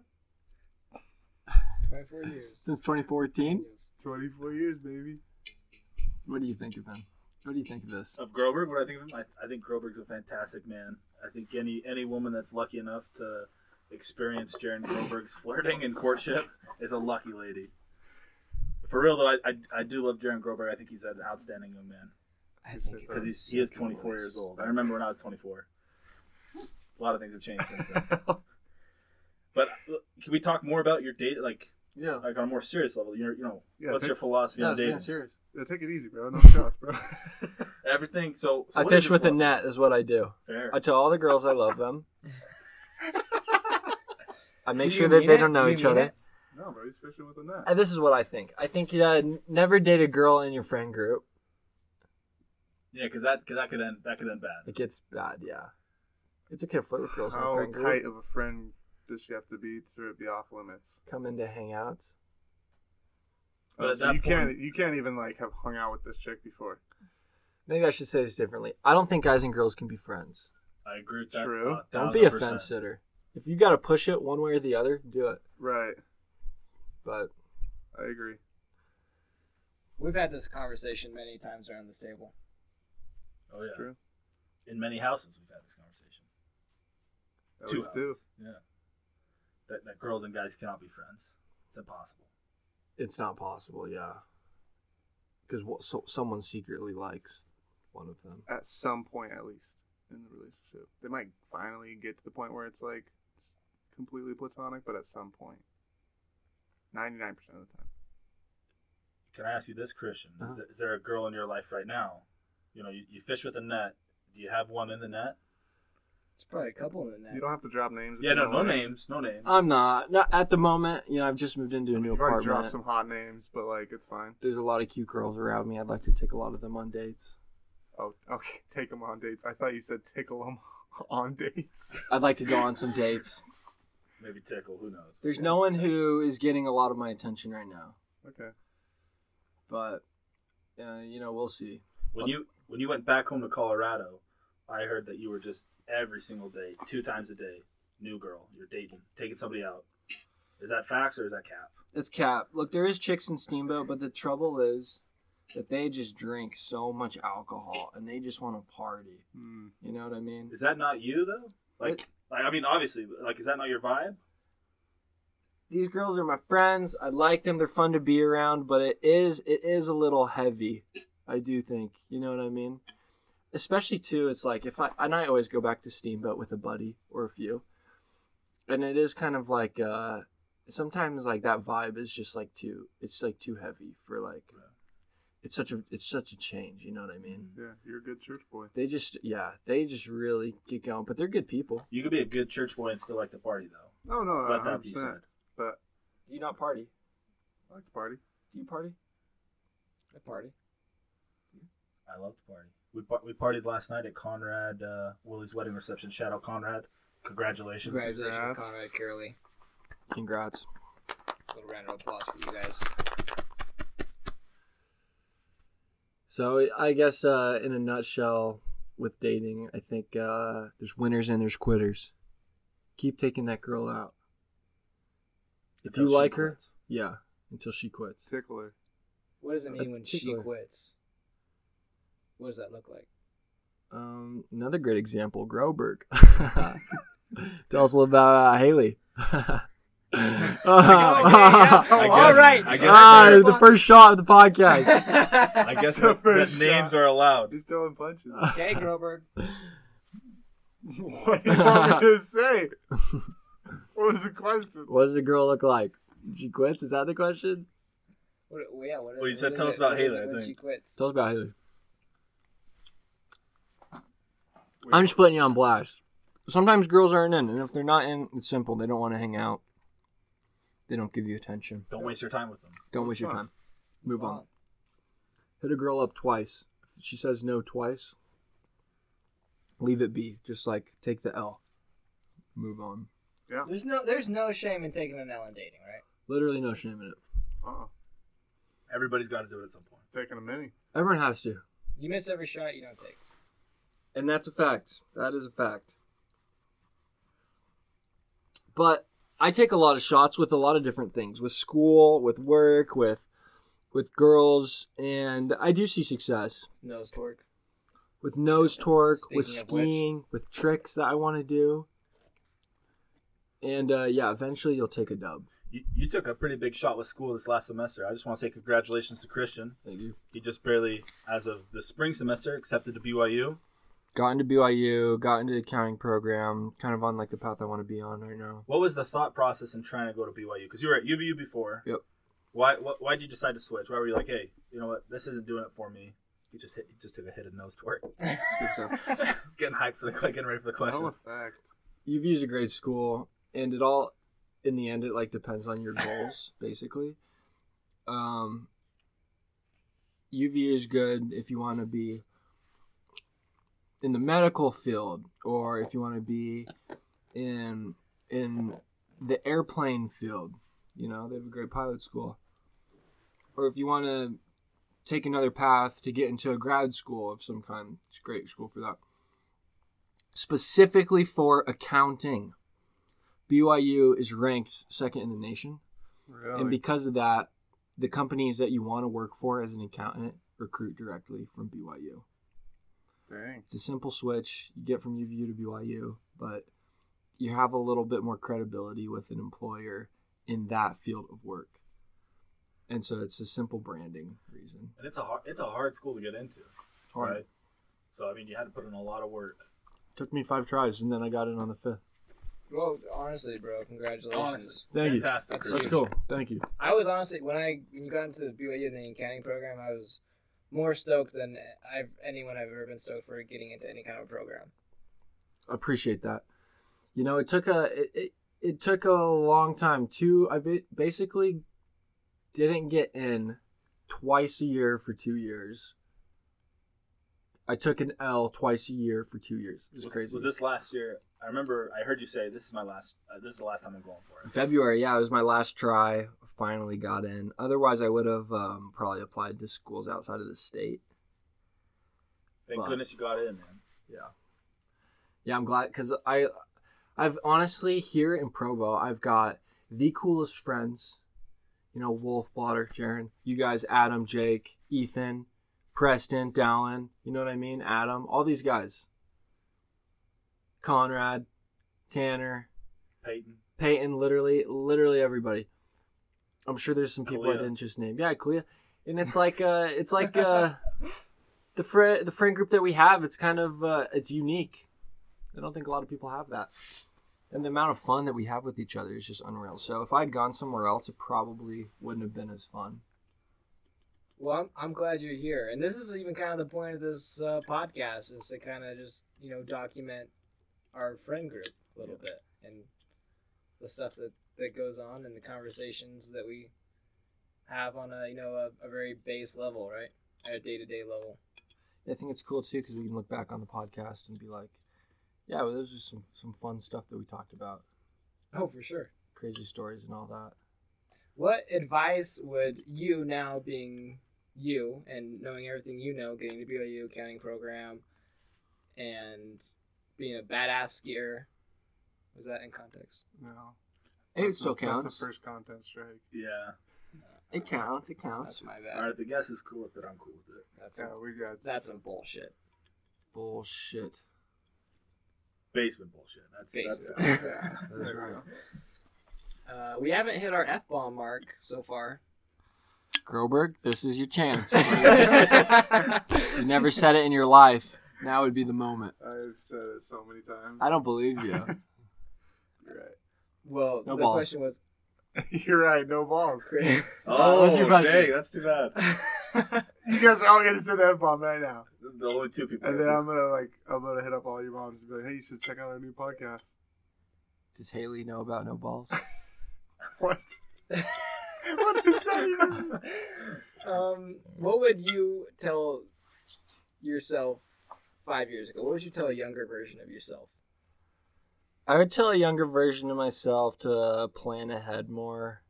24 years. Since 2014? 24 years, baby. What do you think of him? What do you think of this? Of Groberg, what do I think of him? I, I think Groberg's a fantastic man. I think any any woman that's lucky enough to experience Jaron Groberg's flirting and courtship is a lucky lady. For real though, I, I, I do love Jaron Groberg. I think he's an outstanding young man I think because he's he is 24 years old. I remember when I was 24. A lot of things have changed since then. But uh, can we talk more about your date, like Yeah. like on a more serious level? Your you know, Yeah, what's take- your philosophy on dating? serious. Yeah, take it easy, bro. No shots, bro. Everything. So, so I what is fish your with a philosophy? net is what I do. Fair. I tell all the girls I love them. I make Do sure you that mean they it? don't know Do you each mean other. it? no, bro. He's fishing with a net. And this is what I think. I think uh, n- never date a girl in your friend group. Yeah, because that cause that could end that could end bad. It gets bad, yeah. It's okay to flirt with girls in your How friend tight group. of a friend does she have to be to it be off limits? Come into hangouts. But Oh, at so that you point- can't you can't even like have hung out with this chick before. Maybe I should say this differently. I don't think guys and girls can be friends. I agree with that. True. uh, Don't 1000%. be a fence sitter. If you gotta push it one way or the other, do it. Right. But I agree. We've had this conversation many times around this table. Oh, It's yeah. true. In many houses, we've had this conversation. At Two least two. houses. Yeah. That that girls and guys cannot be friends. It's impossible. it's not possible, yeah. Because what so, someone secretly likes one of them. At some point, at least in the relationship, they might finally get to the point where it's like it's completely platonic. But at some point, ninety nine percent of the time. Can I ask you this, Christian? Is, Uh-huh. there, is there a girl in your life right now? You know, you, you fish with a net. Do you have one in the net? There's probably a couple in the net. You don't have to drop names. if Yeah, you no, don't no like. names, no names. I'm not. Not at the moment. You know, I've just moved into a new You've already dropped apartment. some hot names, but like it's fine. There's a lot of cute girls around me. I'd like to take a lot of them on dates. Oh, okay. Take them on dates. I thought you said tickle them on dates. I'd like to go on some dates. Maybe tickle. Who knows? There's no one who is getting a lot of my attention right now, Okay. but uh, you know, we'll see. When you when you went back home to Colorado, I heard that you were just every single day, two times a day, new girl. You're dating, taking somebody out. Is that facts or is that cap? It's cap. Look, there is chicks in Steamboat, but the trouble is that they just drink so much alcohol and they just want to party. Hmm. You know what I mean? Is that not you though? Like, like I mean, obviously, but, like, is that not your vibe? These girls are my friends. I like them. They're fun to be around, but it is it is a little heavy. I do think. You know what I mean? Especially too, it's like if I and I always go back to Steamboat with a buddy or a few. And it is kind of like uh sometimes like that vibe is just like too it's like too heavy for like it's such a it's such a change, you know what I mean? Yeah, you're a good church boy. They just yeah, they just really get going, but they're good people. You could be a good church boy and still like to party though. No, no, Let Uh, hundred that be said. percent. But Do you not party? I like to party. Do you party? A party. I love to party. We par- we partied last night at Conrad uh, Willie's wedding reception. Shout out Conrad. Congratulations. Congratulations, Congrats. Conrad Curley. Congrats. Little round of applause for you guys. So I guess uh, in a nutshell, with dating, I think uh, there's winners and there's quitters. Keep taking that girl out. If Until you she like her, quits. yeah, until she quits. Tickler. What does it mean when she Particular. quits? What does that look like? Um, another great example, Groberg. Tell us a little about uh, Haley. I All guess- right. Uh, I guess ah, there- the first shot of the podcast. I guess The that, that first names shot. are allowed. He's throwing punches. Okay, Groberg. what do you want me to say? What was the question? what does a girl look like? She quits. Is that the question? What, well, yeah, what, Well, you what said is tell it- us about what is Haley, it I when think. she quits. Tell us about Haley. I'm just putting you on blast. Sometimes girls aren't in, and if they're not in, it's simple. They don't want to hang out. They don't give you attention. Don't waste your time with them. Don't waste your Fine. time. Move on. Hit a girl up twice. If she says no twice, leave it be. Just like take the L. Move on. There's no, there's no shame in taking an L and dating, right? Literally no shame in it. Uh-uh. Everybody's got to do it at some point. Taking a mini. Everyone has to. You miss every shot you don't take. And that's a fact. That is a fact. But I take a lot of shots with a lot of different things, with school, with work, with with girls, and I do see success Nose torque. with nose torque, with Speaking of which- skiing, with tricks that I want to do. And uh, yeah, eventually you'll take a dub. You, you took a pretty big shot with school this last semester. I just want to say congratulations to Christian. Thank you. He just barely, as of the spring semester, accepted to BYU. Got into BYU, got into the accounting program, kind of on like the path I want to be on right now. What was the thought process in trying to go to BYU? Because you were at UVU before. Yep. Why? Why why did you decide to switch? Why were you like, hey, you know what? This isn't doing it for me. You just hit. You just took a hit of nose torque. Good stuff. getting hyped for the getting ready for the question. No effect. UVU's a great school, and it all, in the end, it like depends on your goals, basically. Um, UVU is good if you want to be in the medical field, or if you want to be in in the airplane field. You know, they have a great pilot school, or if you want to take another path to get into a grad school of some kind, it's a great school for that specifically for accounting. BYU is ranked second in the nation. Really? And because of that, the companies that you want to work for as an accountant recruit directly from BYU. Dang. It's a simple switch. You get from UVU to BYU, but you have a little bit more credibility with an employer in that field of work. And so it's a simple branding reason. and it's a hard, it's a hard school to get into. It's hard. Right. So I mean, you had to put in a lot of work. Took me five tries and then I got in on the fifth. Well, honestly, bro, congratulations. Thank you. fantastic. That's That's huge. cool. Thank you. I was honestly when I when you got into the BYU and the accounting program, I was more stoked than I've anyone I've ever been stoked for getting into any kind of program. appreciate that. You know, it took a it, it, it took a long time. Two, I ba- basically didn't get in twice a year for two years. I took an L twice a year for two years. It was, Was, crazy. was this last year? I remember I heard you say this is my last. Uh, this is the last time I'm going for it. February? Yeah, it was my last try. Finally got in. Otherwise, I would have um, probably applied to schools outside of the state. Thank Wow. goodness you got in, man. Yeah, I'm glad because I, I've honestly here in Provo, I've got the coolest friends. You know, Wolf, Blotter, Sharon, you guys, Adam, Jake, Ethan, Preston, Dallin. You know what I mean? Adam, all these guys. Conrad, Tanner, Peyton. Peyton, literally, literally everybody. I'm sure there's some people I Kalia. didn't just name. Yeah, Clea. And it's like uh it's like uh the friend the friend group that we have, it's kind of uh it's unique. I don't think a lot of people have that. And the amount of fun that we have with each other is just unreal. So if I had gone somewhere else, it probably wouldn't have been as fun. Well, I'm, I'm glad you're here, and this is even kind of the point of this uh, podcast is to kind of just you know document our friend group a little bit and the stuff that that goes on and the conversations that we have on a you know a, a very base level, right? At a day to day level. I think it's cool too because we can look back on the podcast and be like, yeah, well, those are some some fun stuff that we talked about, Oh, for sure. crazy stories and all that. What advice would you now being you and knowing everything you know, getting the BYU accounting program and being a badass skier, was that in context? No. It That's- still that's- counts. That's the first content strike. Yeah. It counts. It counts. That's my All bad. right. The guess is cool with it. I'm cool with it. That's Yeah, some, we got. that's some bullshit. Bullshit. Basement bullshit. That's Basement. that's That's right. Uh, we haven't hit our F bomb mark so far. Groberg, this is your chance. I you never said it in your life. Now would be the moment. I've said it so many times. I don't believe you. You're right. Well, No the balls. question was. You're right. No balls. Chris- oh, what's your question? dang, that's too bad. You guys are all gonna say that bomb right now, The only two people. and then I'm gonna like I'm gonna hit up all your moms and be like, "Hey, you should check out our new podcast." Does Haley know about no balls? What? what is that? even- um, what would you tell yourself five years ago? What would you tell a younger version of yourself? I would tell a younger version of myself to plan ahead uh, more.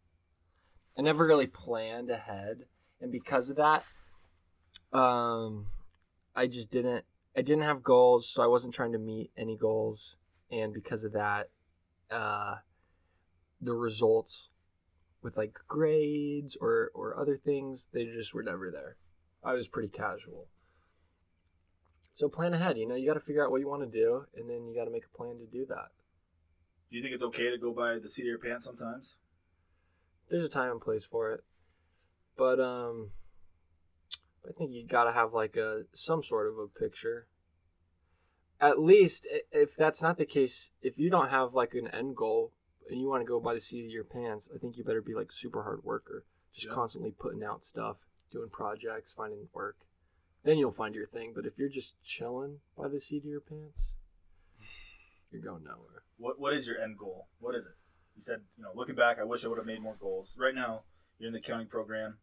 I never really planned ahead, and because of that, um, I just didn't. I didn't have goals, so I wasn't trying to meet any goals, and because of that, uh, the results with like grades or or other things, they just were never there. I was pretty casual. So plan ahead. You know, you got to figure out what you want to do, and then you got to make a plan to do that. Do you think it's okay to go by the seat of your pants sometimes? there's a time and place for it but um i think you gotta have like a some sort of a picture at least i- if that's not the case if you don't have like an end goal and you want to go by the seat of your pants i think you better be like super hard worker just Yeah. constantly putting out stuff doing projects finding work then you'll find your thing but if you're just chilling by the seat of your pants you're going nowhere What What is your end goal? What is it? You said, you know, looking back, I wish I would have made more goals. Right now, you're in the counting program.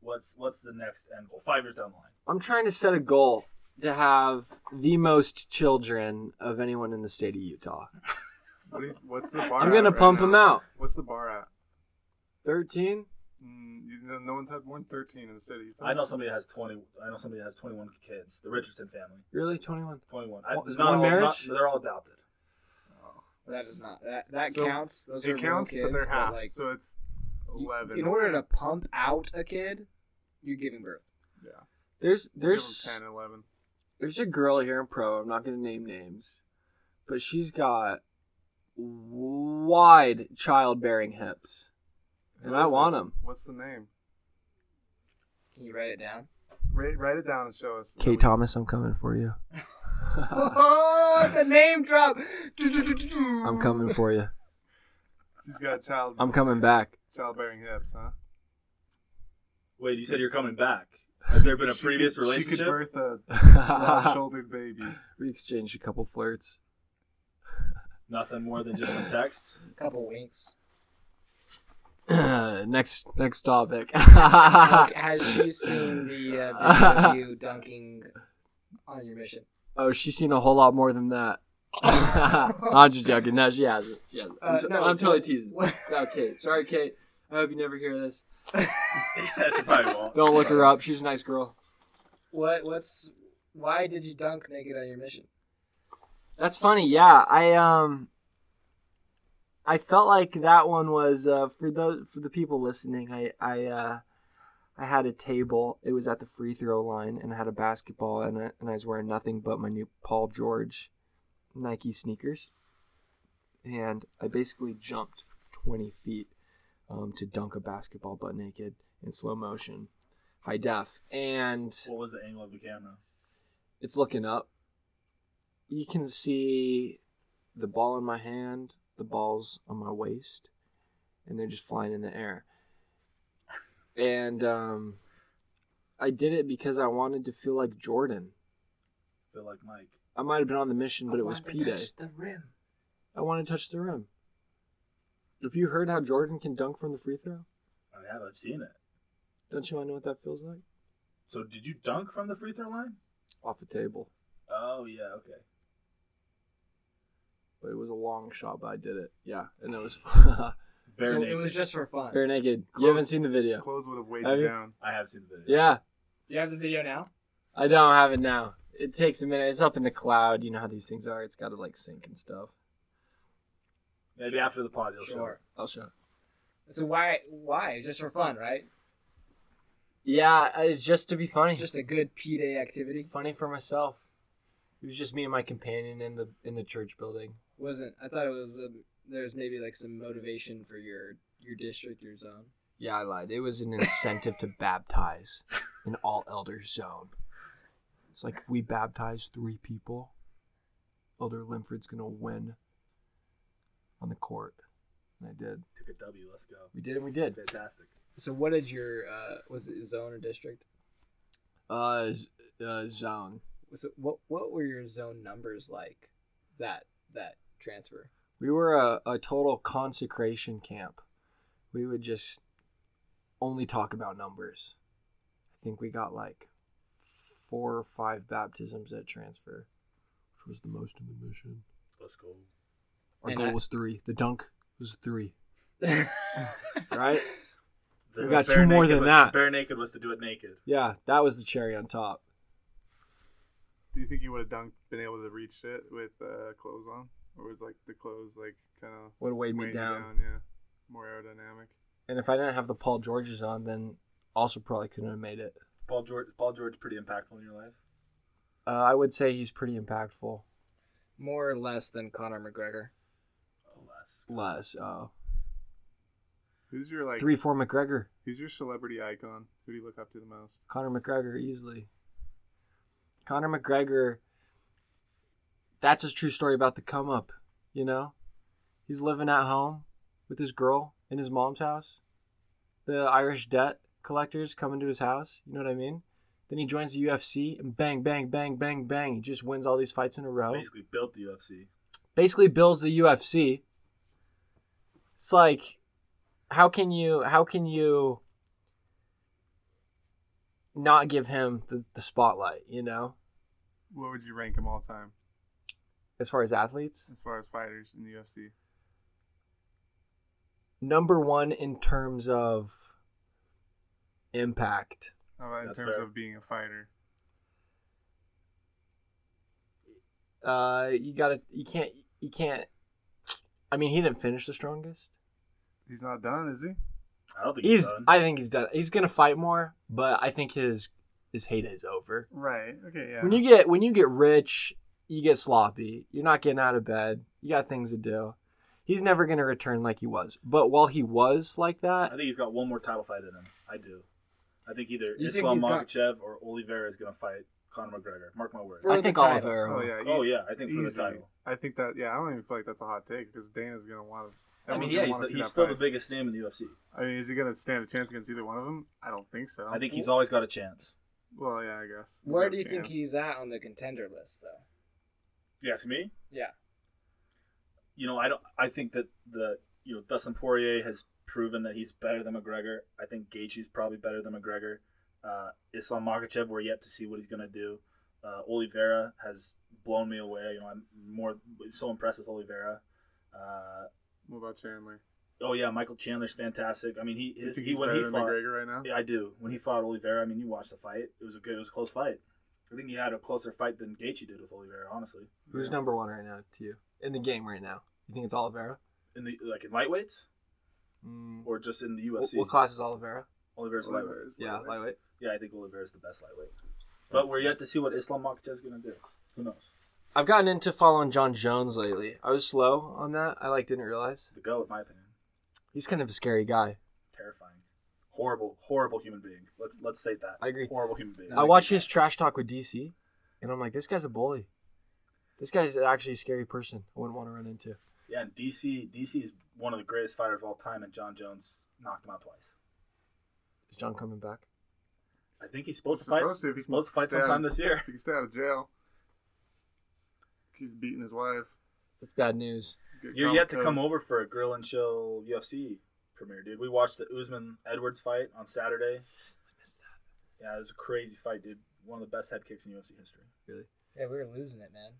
What's What's the next end goal? Five years down the line. I'm trying to set a goal to have the most children of anyone in the state of Utah. What do you, what's the bar? I'm at gonna right pump now? him out. What's the bar at? 13? Mm, you, no, no one's had more than thirteen in the city. You're I know talking- somebody that has twenty. I know somebody that has twenty-one kids. The Richardson family, Really? 21? twenty-one. I, What, is not one all, marriage? Not, they're all adopted. That is not that that So, counts. Those are It counts, real but kids, they're half, like, so it's you- eleven. in order to pump out a kid, you're giving birth. yeah, There's there's there's 10, 11. there's a girl here in pro. I'm not going to name names, but she's got wide childbearing hips. And Who I is it? want 'em. What's the name? Can you write it down? Write, write it down and show us. Kate Thomas, I'm coming for you. Oh, the name drop. I'm coming for you. She's got child I'm coming back. childbearing hips, huh? Wait, you said you're coming back. Has there been a She previous could- relationship? She could birth a we broad-shouldered baby. exchanged a couple flirts. Nothing more than just some texts. A couple winks. next next topic. Like, has she seen the uh, video of you dunking on your mission? Oh, she's seen a whole lot more than that. I'm just joking. No, she hasn't. She hasn't. I'm, Uh, t- no, I'm totally but- teasing. what- It's not Kate. Sorry, Kate. I hope you never hear this. That's probably wrong. Don't look her up. She's a nice girl. What? What's? Why did you dunk naked on your mission? That's funny. Yeah, I um, I felt like that one was uh, for the for the people listening. I I uh, I had a table. It was at the free throw line, and I had a basketball, and I, and I was wearing nothing but my new Paul George Nike sneakers, and I basically jumped twenty feet um, to dunk a basketball butt naked in slow motion, high def, and What was the angle of the camera? it's looking up. You can see the ball in my hand, the balls on my waist, and they're just flying in the air. And um, I did it because I wanted to feel like Jordan. feel like Mike. I might have been on the mission, but I it was wanted P to Day. touch The rim. I want to touch the rim. If you heard how Jordan can dunk from the free throw, I have. I've seen it. don't you want to know what that feels like? So did you dunk from the free throw line? Off the table. Oh yeah. Okay. But it was a long shot, but I did it. Yeah, and it was Bare so naked. it was just for fun. bare naked. You Close. haven't seen the video. Clothes would have weighed Have you you- down. I have seen the video. Yeah. Do you have the video now? I don't have it now. It takes a minute. It's up in the cloud. You know how these things are. It's got to like sync and stuff. Maybe after the pod, you'll show. it. Sure. I'll show. So why? Why? Just for fun, right? Yeah, uh, it's just to be funny. Just a good P day activity. funny for myself. It was just me and my companion in the in the church building. Wasn't? I thought it was. Um, there's maybe like some motivation for your your district, your zone. Yeah, I lied. It was an incentive to baptize in all elder zone. It's like if we baptize three people, Elder Linford's gonna win on the court. And I did. Took a W. Let's go. We did and we did. Fantastic. So what did your uh, was it zone or district? Uh, z- uh zone. So what what were your zone numbers like? That that transfer. We were a, a total consecration camp. We would just only talk about numbers. I think we got like four or five baptisms at transfer, which was the most in the mission. Let's go. Our And goal I- was three. The dunk was three. Right? to We do got it bare two more naked than was- that. Bare naked was to do it naked. Yeah, that was the cherry on top. Do you think you would have dunked, been able to reach it with uh, clothes on, or was like the clothes like kind of Would have weighed me weighing you down. Yeah, more aerodynamic. And if I didn't have the Paul Georges on, then also probably couldn't have made it. Paul George, Paul George, pretty impactful in your life. Uh, I would say he's pretty impactful. More or less than Conor McGregor. Alas. Less, uh, Who's your like? three, four McGregor, Who's your celebrity icon? Who do you look up to the most? Conor McGregor easily. Conor McGregor. That's his true story about the come up. You know, he's living at home with his girl in his mom's house. The Irish debt collectors come into his house. You know what I mean? Then he joins the UFC and bang, bang, bang, bang, bang. He just wins all these fights in a row. Basically built the UFC. basically builds the UFC. It's like how can you how can you not give him the, the spotlight, you know, What would you rank him all time as far as athletes? as far as fighters in the UFC? Number 1 in terms of impact. How about in That's terms fair. of being a fighter? Uh you got to you can't you can't I mean, he didn't finish the strongest. He's not done, is he? I don't think he's, He's done. I think he's done. He's going to fight more, but I think his his heyday is over. Right. Okay. Yeah. When you get when you get rich, you get sloppy. You're not getting out of bed. You got things to do. He's never gonna return like he was. But while he was like I that, think he's got one more title fight in him. I do. I think either You think Islam he's got- Makhachev or Oliveira is going to fight Conor McGregor. Mark my words. For I think the title. Oliveira. oh will. yeah. Oh e- yeah, I think for the easy. title. I think that yeah. I don't even feel like that's a hot take because Dana's gonna want to. I mean, yeah, he's, the, he's still the biggest name in the UFC. I mean, is he gonna stand a chance against either one of them? I don't think so. I think he's always got a chance. Well, yeah, I guess. He's Where got do a you think chance. he's at on the contender list, though? You ask me. Yeah. You know, I don't. I think that the you know Dustin Poirier has proven that he's better than McGregor. I think Gaethje's probably better than McGregor. Uh, Islam Makhachev, we're yet to see what he's going to do. Uh, Oliveira has blown me away. You know, I'm more so impressed with Oliveira. Uh, What about Chandler? oh yeah, Michael Chandler's fantastic. I mean, he You his, think he he's when better he than fought. McGregor right now? Yeah, I do. When he fought Oliveira, I mean, you watched the fight. It was a good, it was a close fight. I think he had a closer fight than Gaethje did with Oliveira, honestly. who's number one right now to you in the game right now? You think it's Oliveira? In the like in lightweights Mm. or just in the What, UFC. what class is Oliveira? Oliveira's a lightweight. Oliveira's Yeah, lightweight. lightweight. Yeah, I think Oliveira's the best lightweight. But we're yet to see what Islam Makhachev is going to do. Who knows? I've gotten into following John Jones lately. I was slow on that. I like didn't realize The goat, in my opinion, he's kind of a scary guy. terrifying, horrible, horrible human being. Let's let's state that. I agree. Horrible human being. I watch his trash talk with DC, and I'm like, this guy's a bully. This guy's actually a scary person. I wouldn't want to run into. Yeah, and DC DC is one of the greatest fighters of all time, and John Jones knocked him out twice. Is John coming back? I think he's supposed to fight. Supposed to, if he he's supposed to can fight stay out sometime of- this year. If he can stay out of jail. He's beating his wife. That's bad news. Get You're yet to Kamikaze. come over for a grill and chill UFC premiere, dude. We watched the Usman Edwards fight on Saturday. Yeah, it was a crazy fight, dude. One of the best head kicks in UFC history. Yeah, we were losing it, man.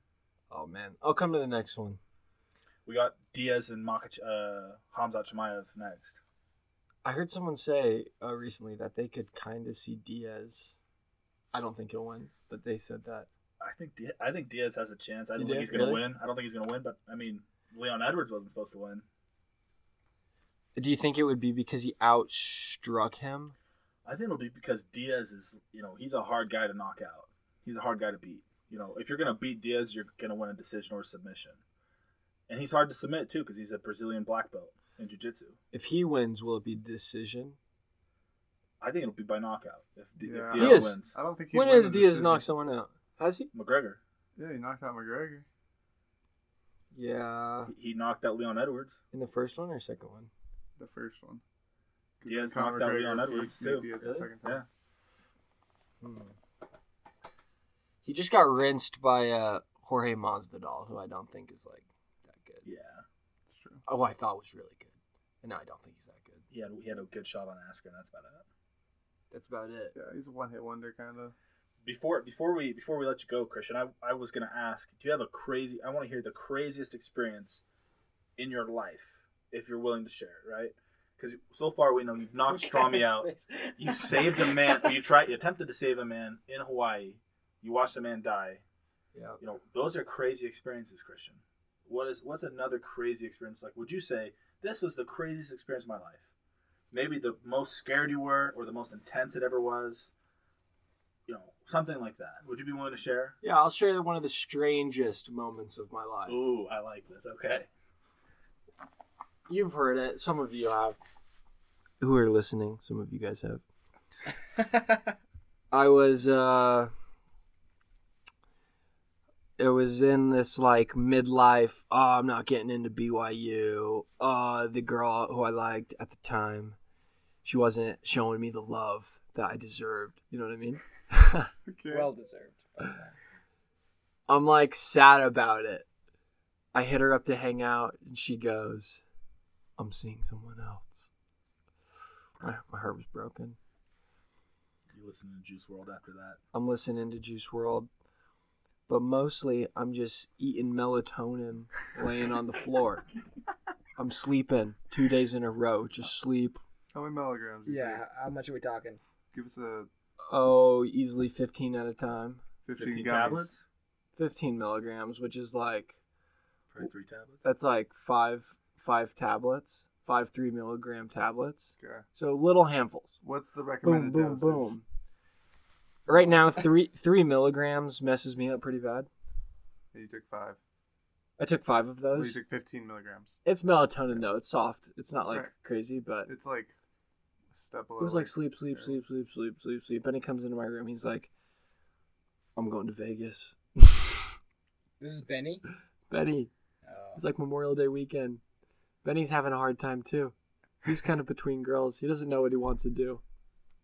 Oh man, I'll come to the next one. We got Diaz and Makach, uh, Hamza Chimaev next. I heard someone say uh, recently that they could kind of see Diaz. I don't think he'll win, but they said that. I think Diaz, I think Diaz has a chance. I You don't do? think he's gonna Really? win. I don't think he's gonna win, but I mean, Leon Edwards wasn't supposed to win. Do you think it would be because he outstruck him? I think it'll be because Diaz is, you know, he's a hard guy to knock out. He's a hard guy to beat. You know, if you're gonna beat Diaz, you're gonna win a decision or submission. And he's hard to submit too because he's a Brazilian black belt in jiu-jitsu. If he wins, will it be decision? I think it'll be by knockout if, D- if Yeah. Diaz, Diaz. wins. I don't think he. When has Diaz knocked someone out? Has he? McGregor, Yeah, he knocked out McGregor. Yeah, he, he knocked out Leon Edwards. in the first one or second one. The first one. 'Cause Diaz Conor knocked out McGregor Leon Edwards beat too. Diaz the second Yeah. time. Hmm. He just got rinsed by uh, Jorge Masvidal, who I don't think is like that good. yeah, It's true. Oh, I thought was really good, and now I don't think he's that good. he had he had a good shot on Asker, and that's about it. That's about it. Yeah, he's a one-hit wonder kind of. before before we before we let you go, Christian, I, I was gonna ask, do you have a crazy I wanna hear the craziest experience in your life, if you're willing to share, right? because so far we know you've knocked Strami out. You saved a man. or you tried. You attempted to save a man in Hawaii. You watched a man die. Yeah. You know those are crazy experiences, Christian. What is what's another crazy experience like? Would you say this was the craziest experience of my life? Maybe the most scared you were, or the most intense it ever was. You know something like that. Would you be willing to share? Yeah, I'll share one of the strangest moments of my life. Ooh, I like this. Okay. You've heard it. Some of you have. Who are listening? Some of you guys have. I was. uh It was in this like midlife. Oh, I'm not getting into BYU. Uh, the girl who I liked at the time, she wasn't showing me the love that I deserved. You know what I mean? Okay. Well deserved. I'm like sad about it. I hit her up to hang out, and she goes, "I'm seeing someone else." My, my heart was broken. You listen to Juice World after that. I'm listening to Juice World, but mostly I'm just eating melatonin, laying on the floor. I'm sleeping two days in a row, just sleep. How many milligrams? did you yeah, take? how much are we talking? Give us a Oh, easily 15 at a time, 15, 15 gummies. tablets. 15 milligrams, which is like Probably three tablets. that's like five five tablets, five three milligram tablets. Okay. So little handfuls. What's the boom, recommended boom, dosage? boom. Right now, three three milligrams messes me up pretty bad. Yeah, You took five. I took five of Well, you those. took 15 milligrams. It's melatonin though. It's soft. It's not like Right. crazy, but it It's like a step below. was like sleep, sleep, sleep, sleep, sleep, sleep, sleep. And he comes into my room. He's like, "I'm going to Vegas, This is Benny. Benny." Oh. It's like Memorial Day weekend. Benny's having a hard time too. He's kind of between girls. He doesn't know what he wants to do.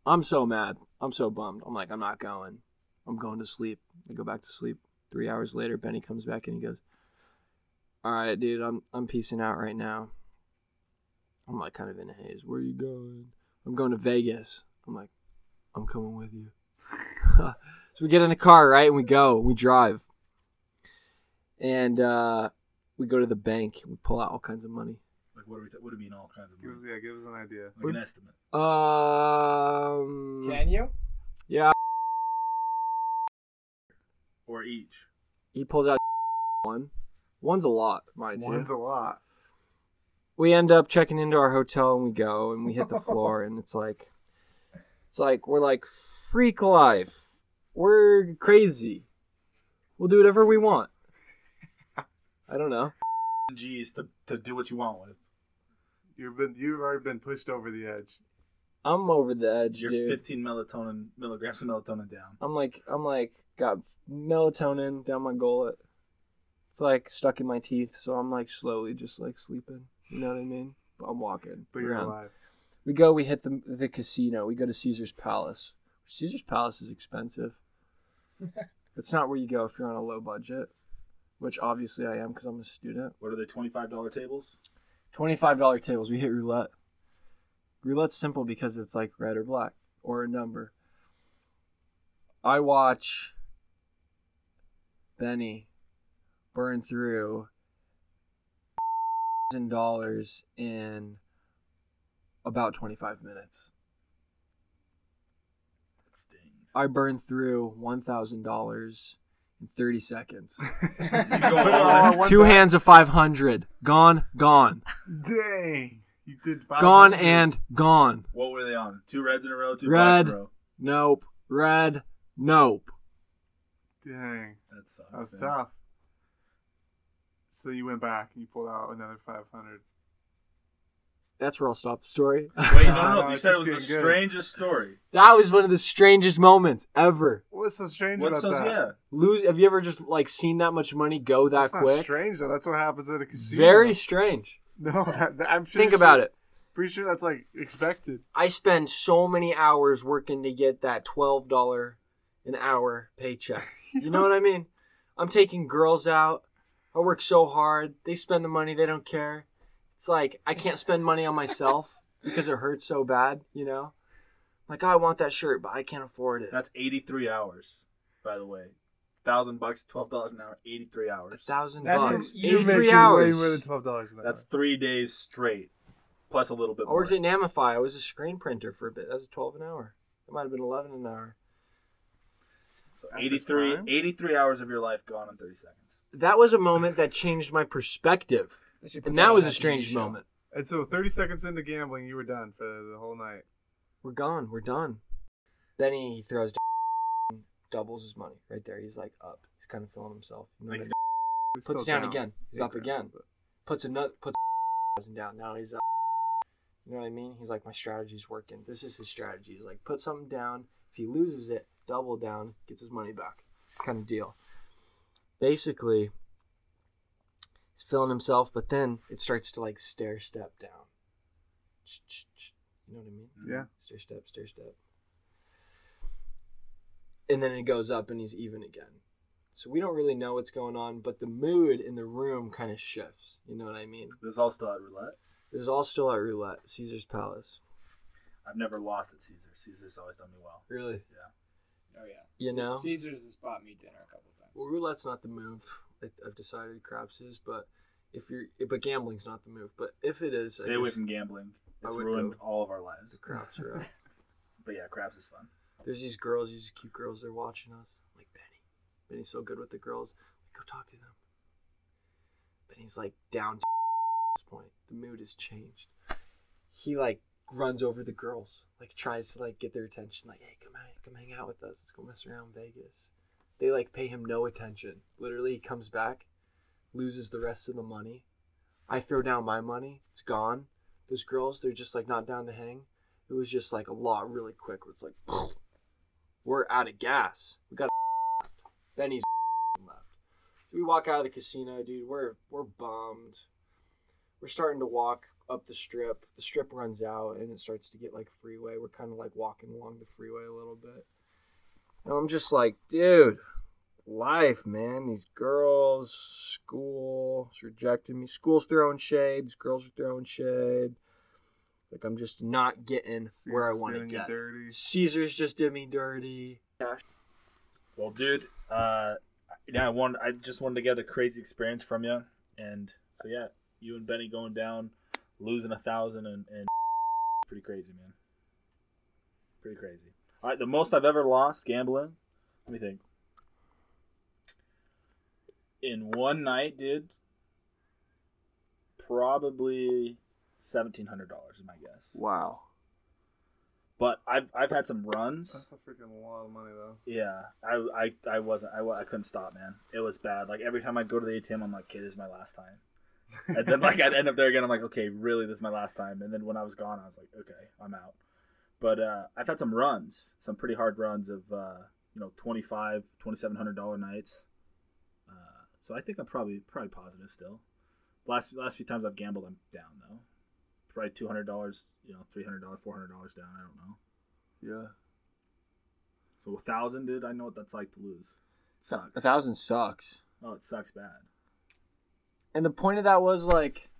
I'm so mad. I'm so bummed. I'm like, I'm not going. I'm going to sleep. I go back to sleep. Three hours later, Benny comes back and he goes, All right, dude, I'm I'm peacing out right now. I'm like kind of in a haze. Where are you going? I'm going to Vegas. I'm like, I'm coming with you. so we get in the car, right? And we go. We drive. And uh we go to the bank and we pull out all kinds of money. Like what do we? Th- what do we mean all kinds of Give us, money? yeah, give us an idea. Like an estimate. Um, Can you? yeah, or each. he pulls out one. One's a lot, mind you. One's a lot. we end up checking into our hotel and we go and we hit the floor and it's like, it's like we're like freak life. We're crazy. We'll do whatever we want. I don't know. G's to, to do what you want with. You've been you've already been pushed over the edge. I'm over the edge, You're dude. 15 melatonin milligrams of melatonin down. I'm like I'm like got melatonin down my gullet. It's like stuck in my teeth, so I'm like slowly just like sleeping. You know what I mean? But I'm walking. But you're around. alive. We go. We hit the the casino. We go to Caesar's Palace. Caesar's Palace is expensive. it's not where you go if you're on a low budget, which obviously I am because I'm a student. What are they? $25 tables? Twenty five dollar tables. We hit roulette. Roulette's simple because it's like red or black or a number. I watch Benny burn through thousand dollars in about twenty five minutes. That stings. I burned through one thousand dollars in thirty seconds. You go Put it all all in. in Oh, one Two bag. hands of five hundred. Gone, gone, Dang. You did five. gone, and gone. What were they on? Two reds in a row, two Red. blacks in a row. Nope. Red. Nope. Dang. That sucks. That was man. tough. So you went back and you pulled out another 500. That's where I'll stop the story. Wait, no, No, no, no, you it's said it was just the getting good. strangest story. that was one of the strangest moments ever. What's so strange What's so, about that? yeah. Lose. Have you ever just like seen that much money go that That's not quick? strange though. That's what happens at a casino. Very strange. No, that, that- I'm sure. Think about it. Pretty sure that's like expected. I spend so many hours working to get that twelve dollar an hour paycheck. You know what I mean? I'm taking girls out. I work so hard. They spend the money. They don't care. It's like I can't spend money on myself because it hurts so bad. You know, like "Oh, I want that shirt, but I can't afford it. That's 83 hours, by the way. Thousand bucks, twelve dollars an hour, 83 A hours. thousand That's bucks. a- you You're Eighty-three making hours. way more than twelve dollars an hour. That's three days straight. plus a little bit more. Or did Namify? I was a screen printer for a bit. That was twelve an hour. It might have been eleven an hour. So At the 83, time? 83 hours of your life gone in 30 seconds. That was a moment that changed my perspective, They should put and on that was that a TV strange show. moment. And so 30 seconds into gambling, you were done for the whole night. We're gone. We're done. Then he, he throws and doubles his money right there. He's like up. He's kind of feeling himself. You know Like, what I mean? We're Puts still down again. He's Yeah, up again. but- puts another puts thousand down. Now he's up. You know what I mean? He's like, my strategy's working. This is his strategy. He's like, put something down. If he loses it, double down, gets his money back, kind of deal. Basically, he's filling himself, but then it starts to like stair step down. You know what I mean? Mm-hmm. Yeah. Stair step, stair step. And then it goes up and he's even again. So we don't really know what's going on, but the mood in the room kind of shifts. You know what I mean? This is all still at roulette. This is all still at roulette, Caesar's Palace. I've never lost at Caesar. Caesar's always done me well. Really? Oh yeah. You know? Caesar's has bought me dinner a couple times. Well, roulette's not the move. I- I've decided craps is, but if you're, but gambling's not the move. But if it is, Stay I away guess from gambling. I It's would ruined go- all of our the lives. craps are out. But yeah, craps is fun. There's these girls, these cute girls. They're watching us. I'm like Benny, Benny's so good with the girls. Go talk to them. Benny's like down to this point. The mood has changed. He like runs over the girls, like tries to like get their attention. Like, hey, come hang, come hang out with us. Let's go mess around in Vegas. They like pay him no attention. Literally, he comes back, loses the rest of the money. I throw down my money. It's gone. Those girls, they're just like not down to hang. It was just like a lot really quick. It's like we're out of gas. We got left. Benny's left. So we walk out of the casino, dude. We're we're bummed. We're starting to walk up the strip. The strip runs out and it starts to get like freeway. We're kind of like walking along the freeway a little bit. And I'm just like, dude, life, man. These girls, school's rejecting me. School's throwing shades. Girls are throwing shade. Like I'm just not getting where I Caesar's want to doing you get. dirty. Caesar's just did me dirty. Well, dude, uh, yeah, I want. I just wanted to get a crazy experience from you, and so yeah, you and Benny going down, losing a thousand, and, and pretty crazy, man. Pretty crazy. All right, the most I've ever lost gambling. Let me think. In one night, dude, probably seventeen hundred dollars is my guess. Wow. But I've I've had some runs. That's a freaking lot of money, though. Yeah, I, I, I wasn't. I, wa- I couldn't stop, man. It was bad. Like every time I'd go to the ATM, I'm like, "Okay, this is my last time." And then like I'd end up there again. I'm like, "Okay, really, this is my last time." And then when I was gone, I was like, "Okay, I'm out." But uh, I've had some runs, some pretty hard runs of uh, you know twenty five, twenty seven hundred dollar nights. Uh, so I think I'm probably probably positive still. Last last few times I've gambled, I'm down though. Probably two hundred dollars, you know, three hundred dollars, four hundred dollars down. I don't know. Yeah. So a thousand, dude. I know what that's like to lose. Sucks. A thousand sucks. Oh, it sucks bad. And the point of that was like,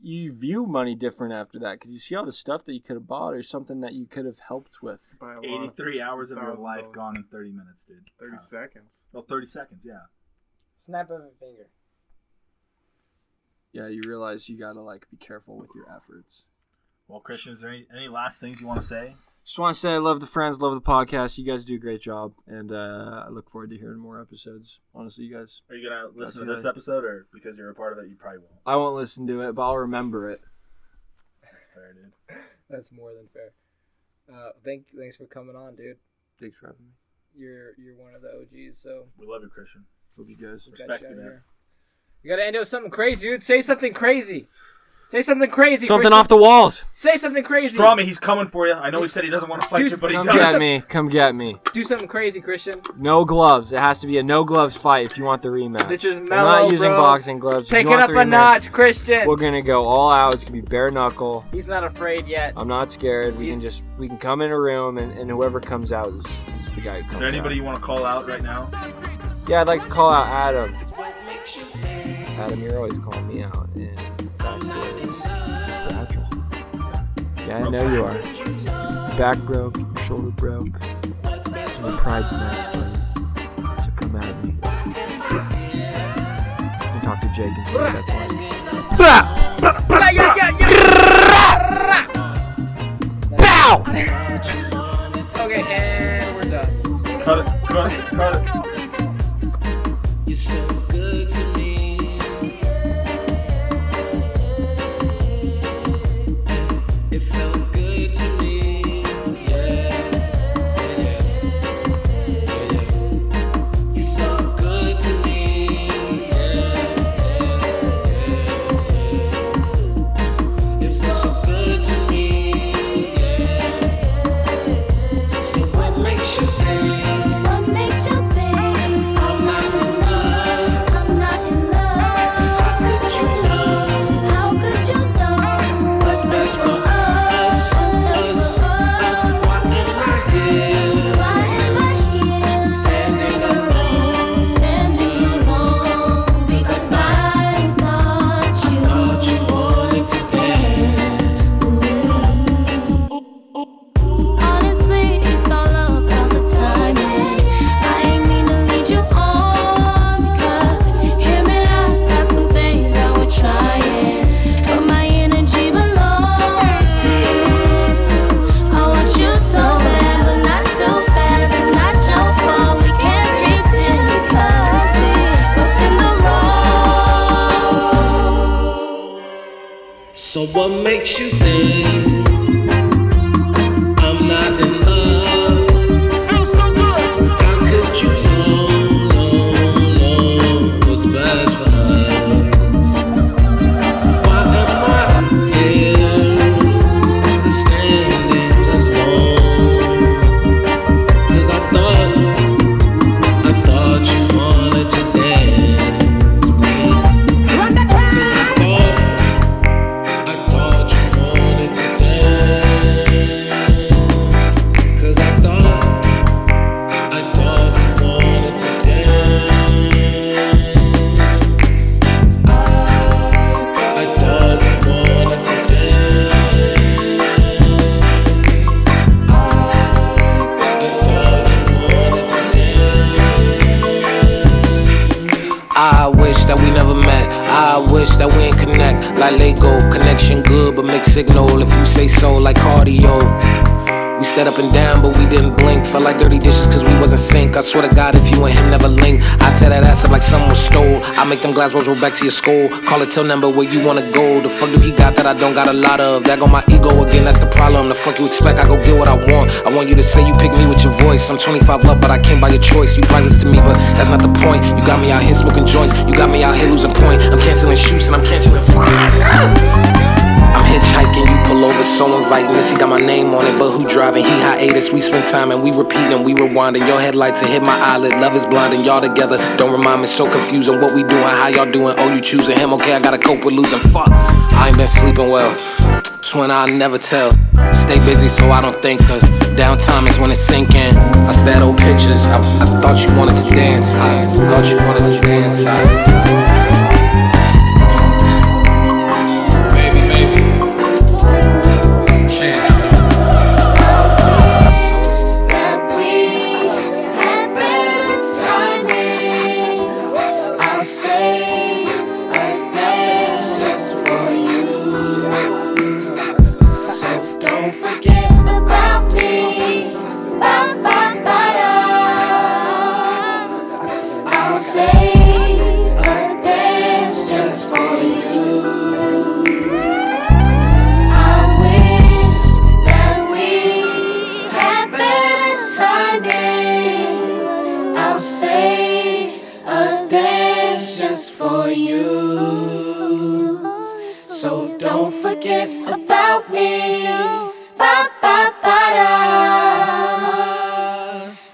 you view money different after that because you see all the stuff that you could have bought or something that you could have helped with. By a lot. Eighty-three hours of your Thousand life dollars. gone in thirty minutes, dude. 30 Uh, seconds. Oh, 30 seconds. Yeah. Snap of a finger. Yeah, you realize you gotta like be careful with your efforts. Well, Christian, is there any, any last things you want to say? Just want to say I love the friends, love the podcast. You guys do a great job, and uh, I look forward to hearing more episodes. Honestly, you guys, Are you gonna listen to That's this good. episode, or because you're a part of it, you probably won't? I won't listen to it, but I'll remember it. That's fair, dude. That's more than fair. Uh, thank thanks for coming on, dude. Thanks for having me. You're you're one of the OGs, so We love you, Christian. Hope you guys. we got Respect you, you out man. here. You gotta end it with something crazy, dude. Say something crazy. Say something crazy. Something Christian. off the walls. Say something crazy. Strami, he's coming for you. I know he said he doesn't want to fight Dude, you, but he Come does. get me. Come get me. Do something crazy, Christian. No gloves. It has to be a no gloves fight if you want the rematch. This is We're mellow, not using bro. boxing gloves. If Take you it want up the a rematch, notch, Christian. We're gonna go all out. It's gonna be bare knuckle. He's not afraid yet. I'm not scared. We He's- can just we can come in a room and, and whoever comes out is, is the guy who comes Is there anybody out. you want to call out right now? Yeah, I'd like to call out Adam. Adam, you're always calling me out. And the fact is, you're fragile. yeah, I know you are. Your back broke, your shoulder broke. Your pride's an expert. So come at me. And talk to Jake and see what that's like. Yeah, yeah, yeah, yeah. what makes you think I'm not in love? Feels so good. How could you know, know, know what's best for us? Why am I here standing alone? 'Cause I thought, I thought you wanted to dance with me. Run the track. I thought you wanted to dance, 'cause I thought, I thought you wanted to dance. I thought you wanted to dance. I thought you wanted to dance. I wish that we never met. I wish that we didn't connect like Lego. Connection good, but mixed signal if you say so, like cardio. We set up and down, but we didn't blink. Felt like dirty dishes cause we wasn't sync. I swear to God, if you and him never link, I tear that ass up like someone stole. I make them glass rolls roll back to your skull. Call it till number where you wanna go. The fuck do he got that I don't got a lot of? That got my ego again, that's the problem. The fuck you expect? I go get what I want. I want you to say you pick me with your voice. I'm 25 up, but I came by your choice. You priceless to me, but that's not the point. You got me out here smoking joints. You got me out here losing point. I'm canceling shoots and I'm canceling flights. I'm hitchhiking, you pull over, so inviting. This, he got my name on it, but who driving? He hiatus, we spend time and we repeating, we rewinding. Your headlights and hit my eyelid, love is blinding. Y'all together, don't remind me, so confusing. What we doing, how y'all doing? Oh, you choosing him, okay, I gotta cope with losing. Fuck, I ain't been sleeping well. It's when I never tell. Stay busy so I don't think, cause downtime is when it's sinking. I stared old pictures, I, I thought you wanted to dance. I thought you wanted to dance. I, maybe, maybe.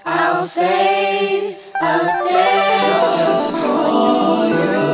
I'll save a day just for you.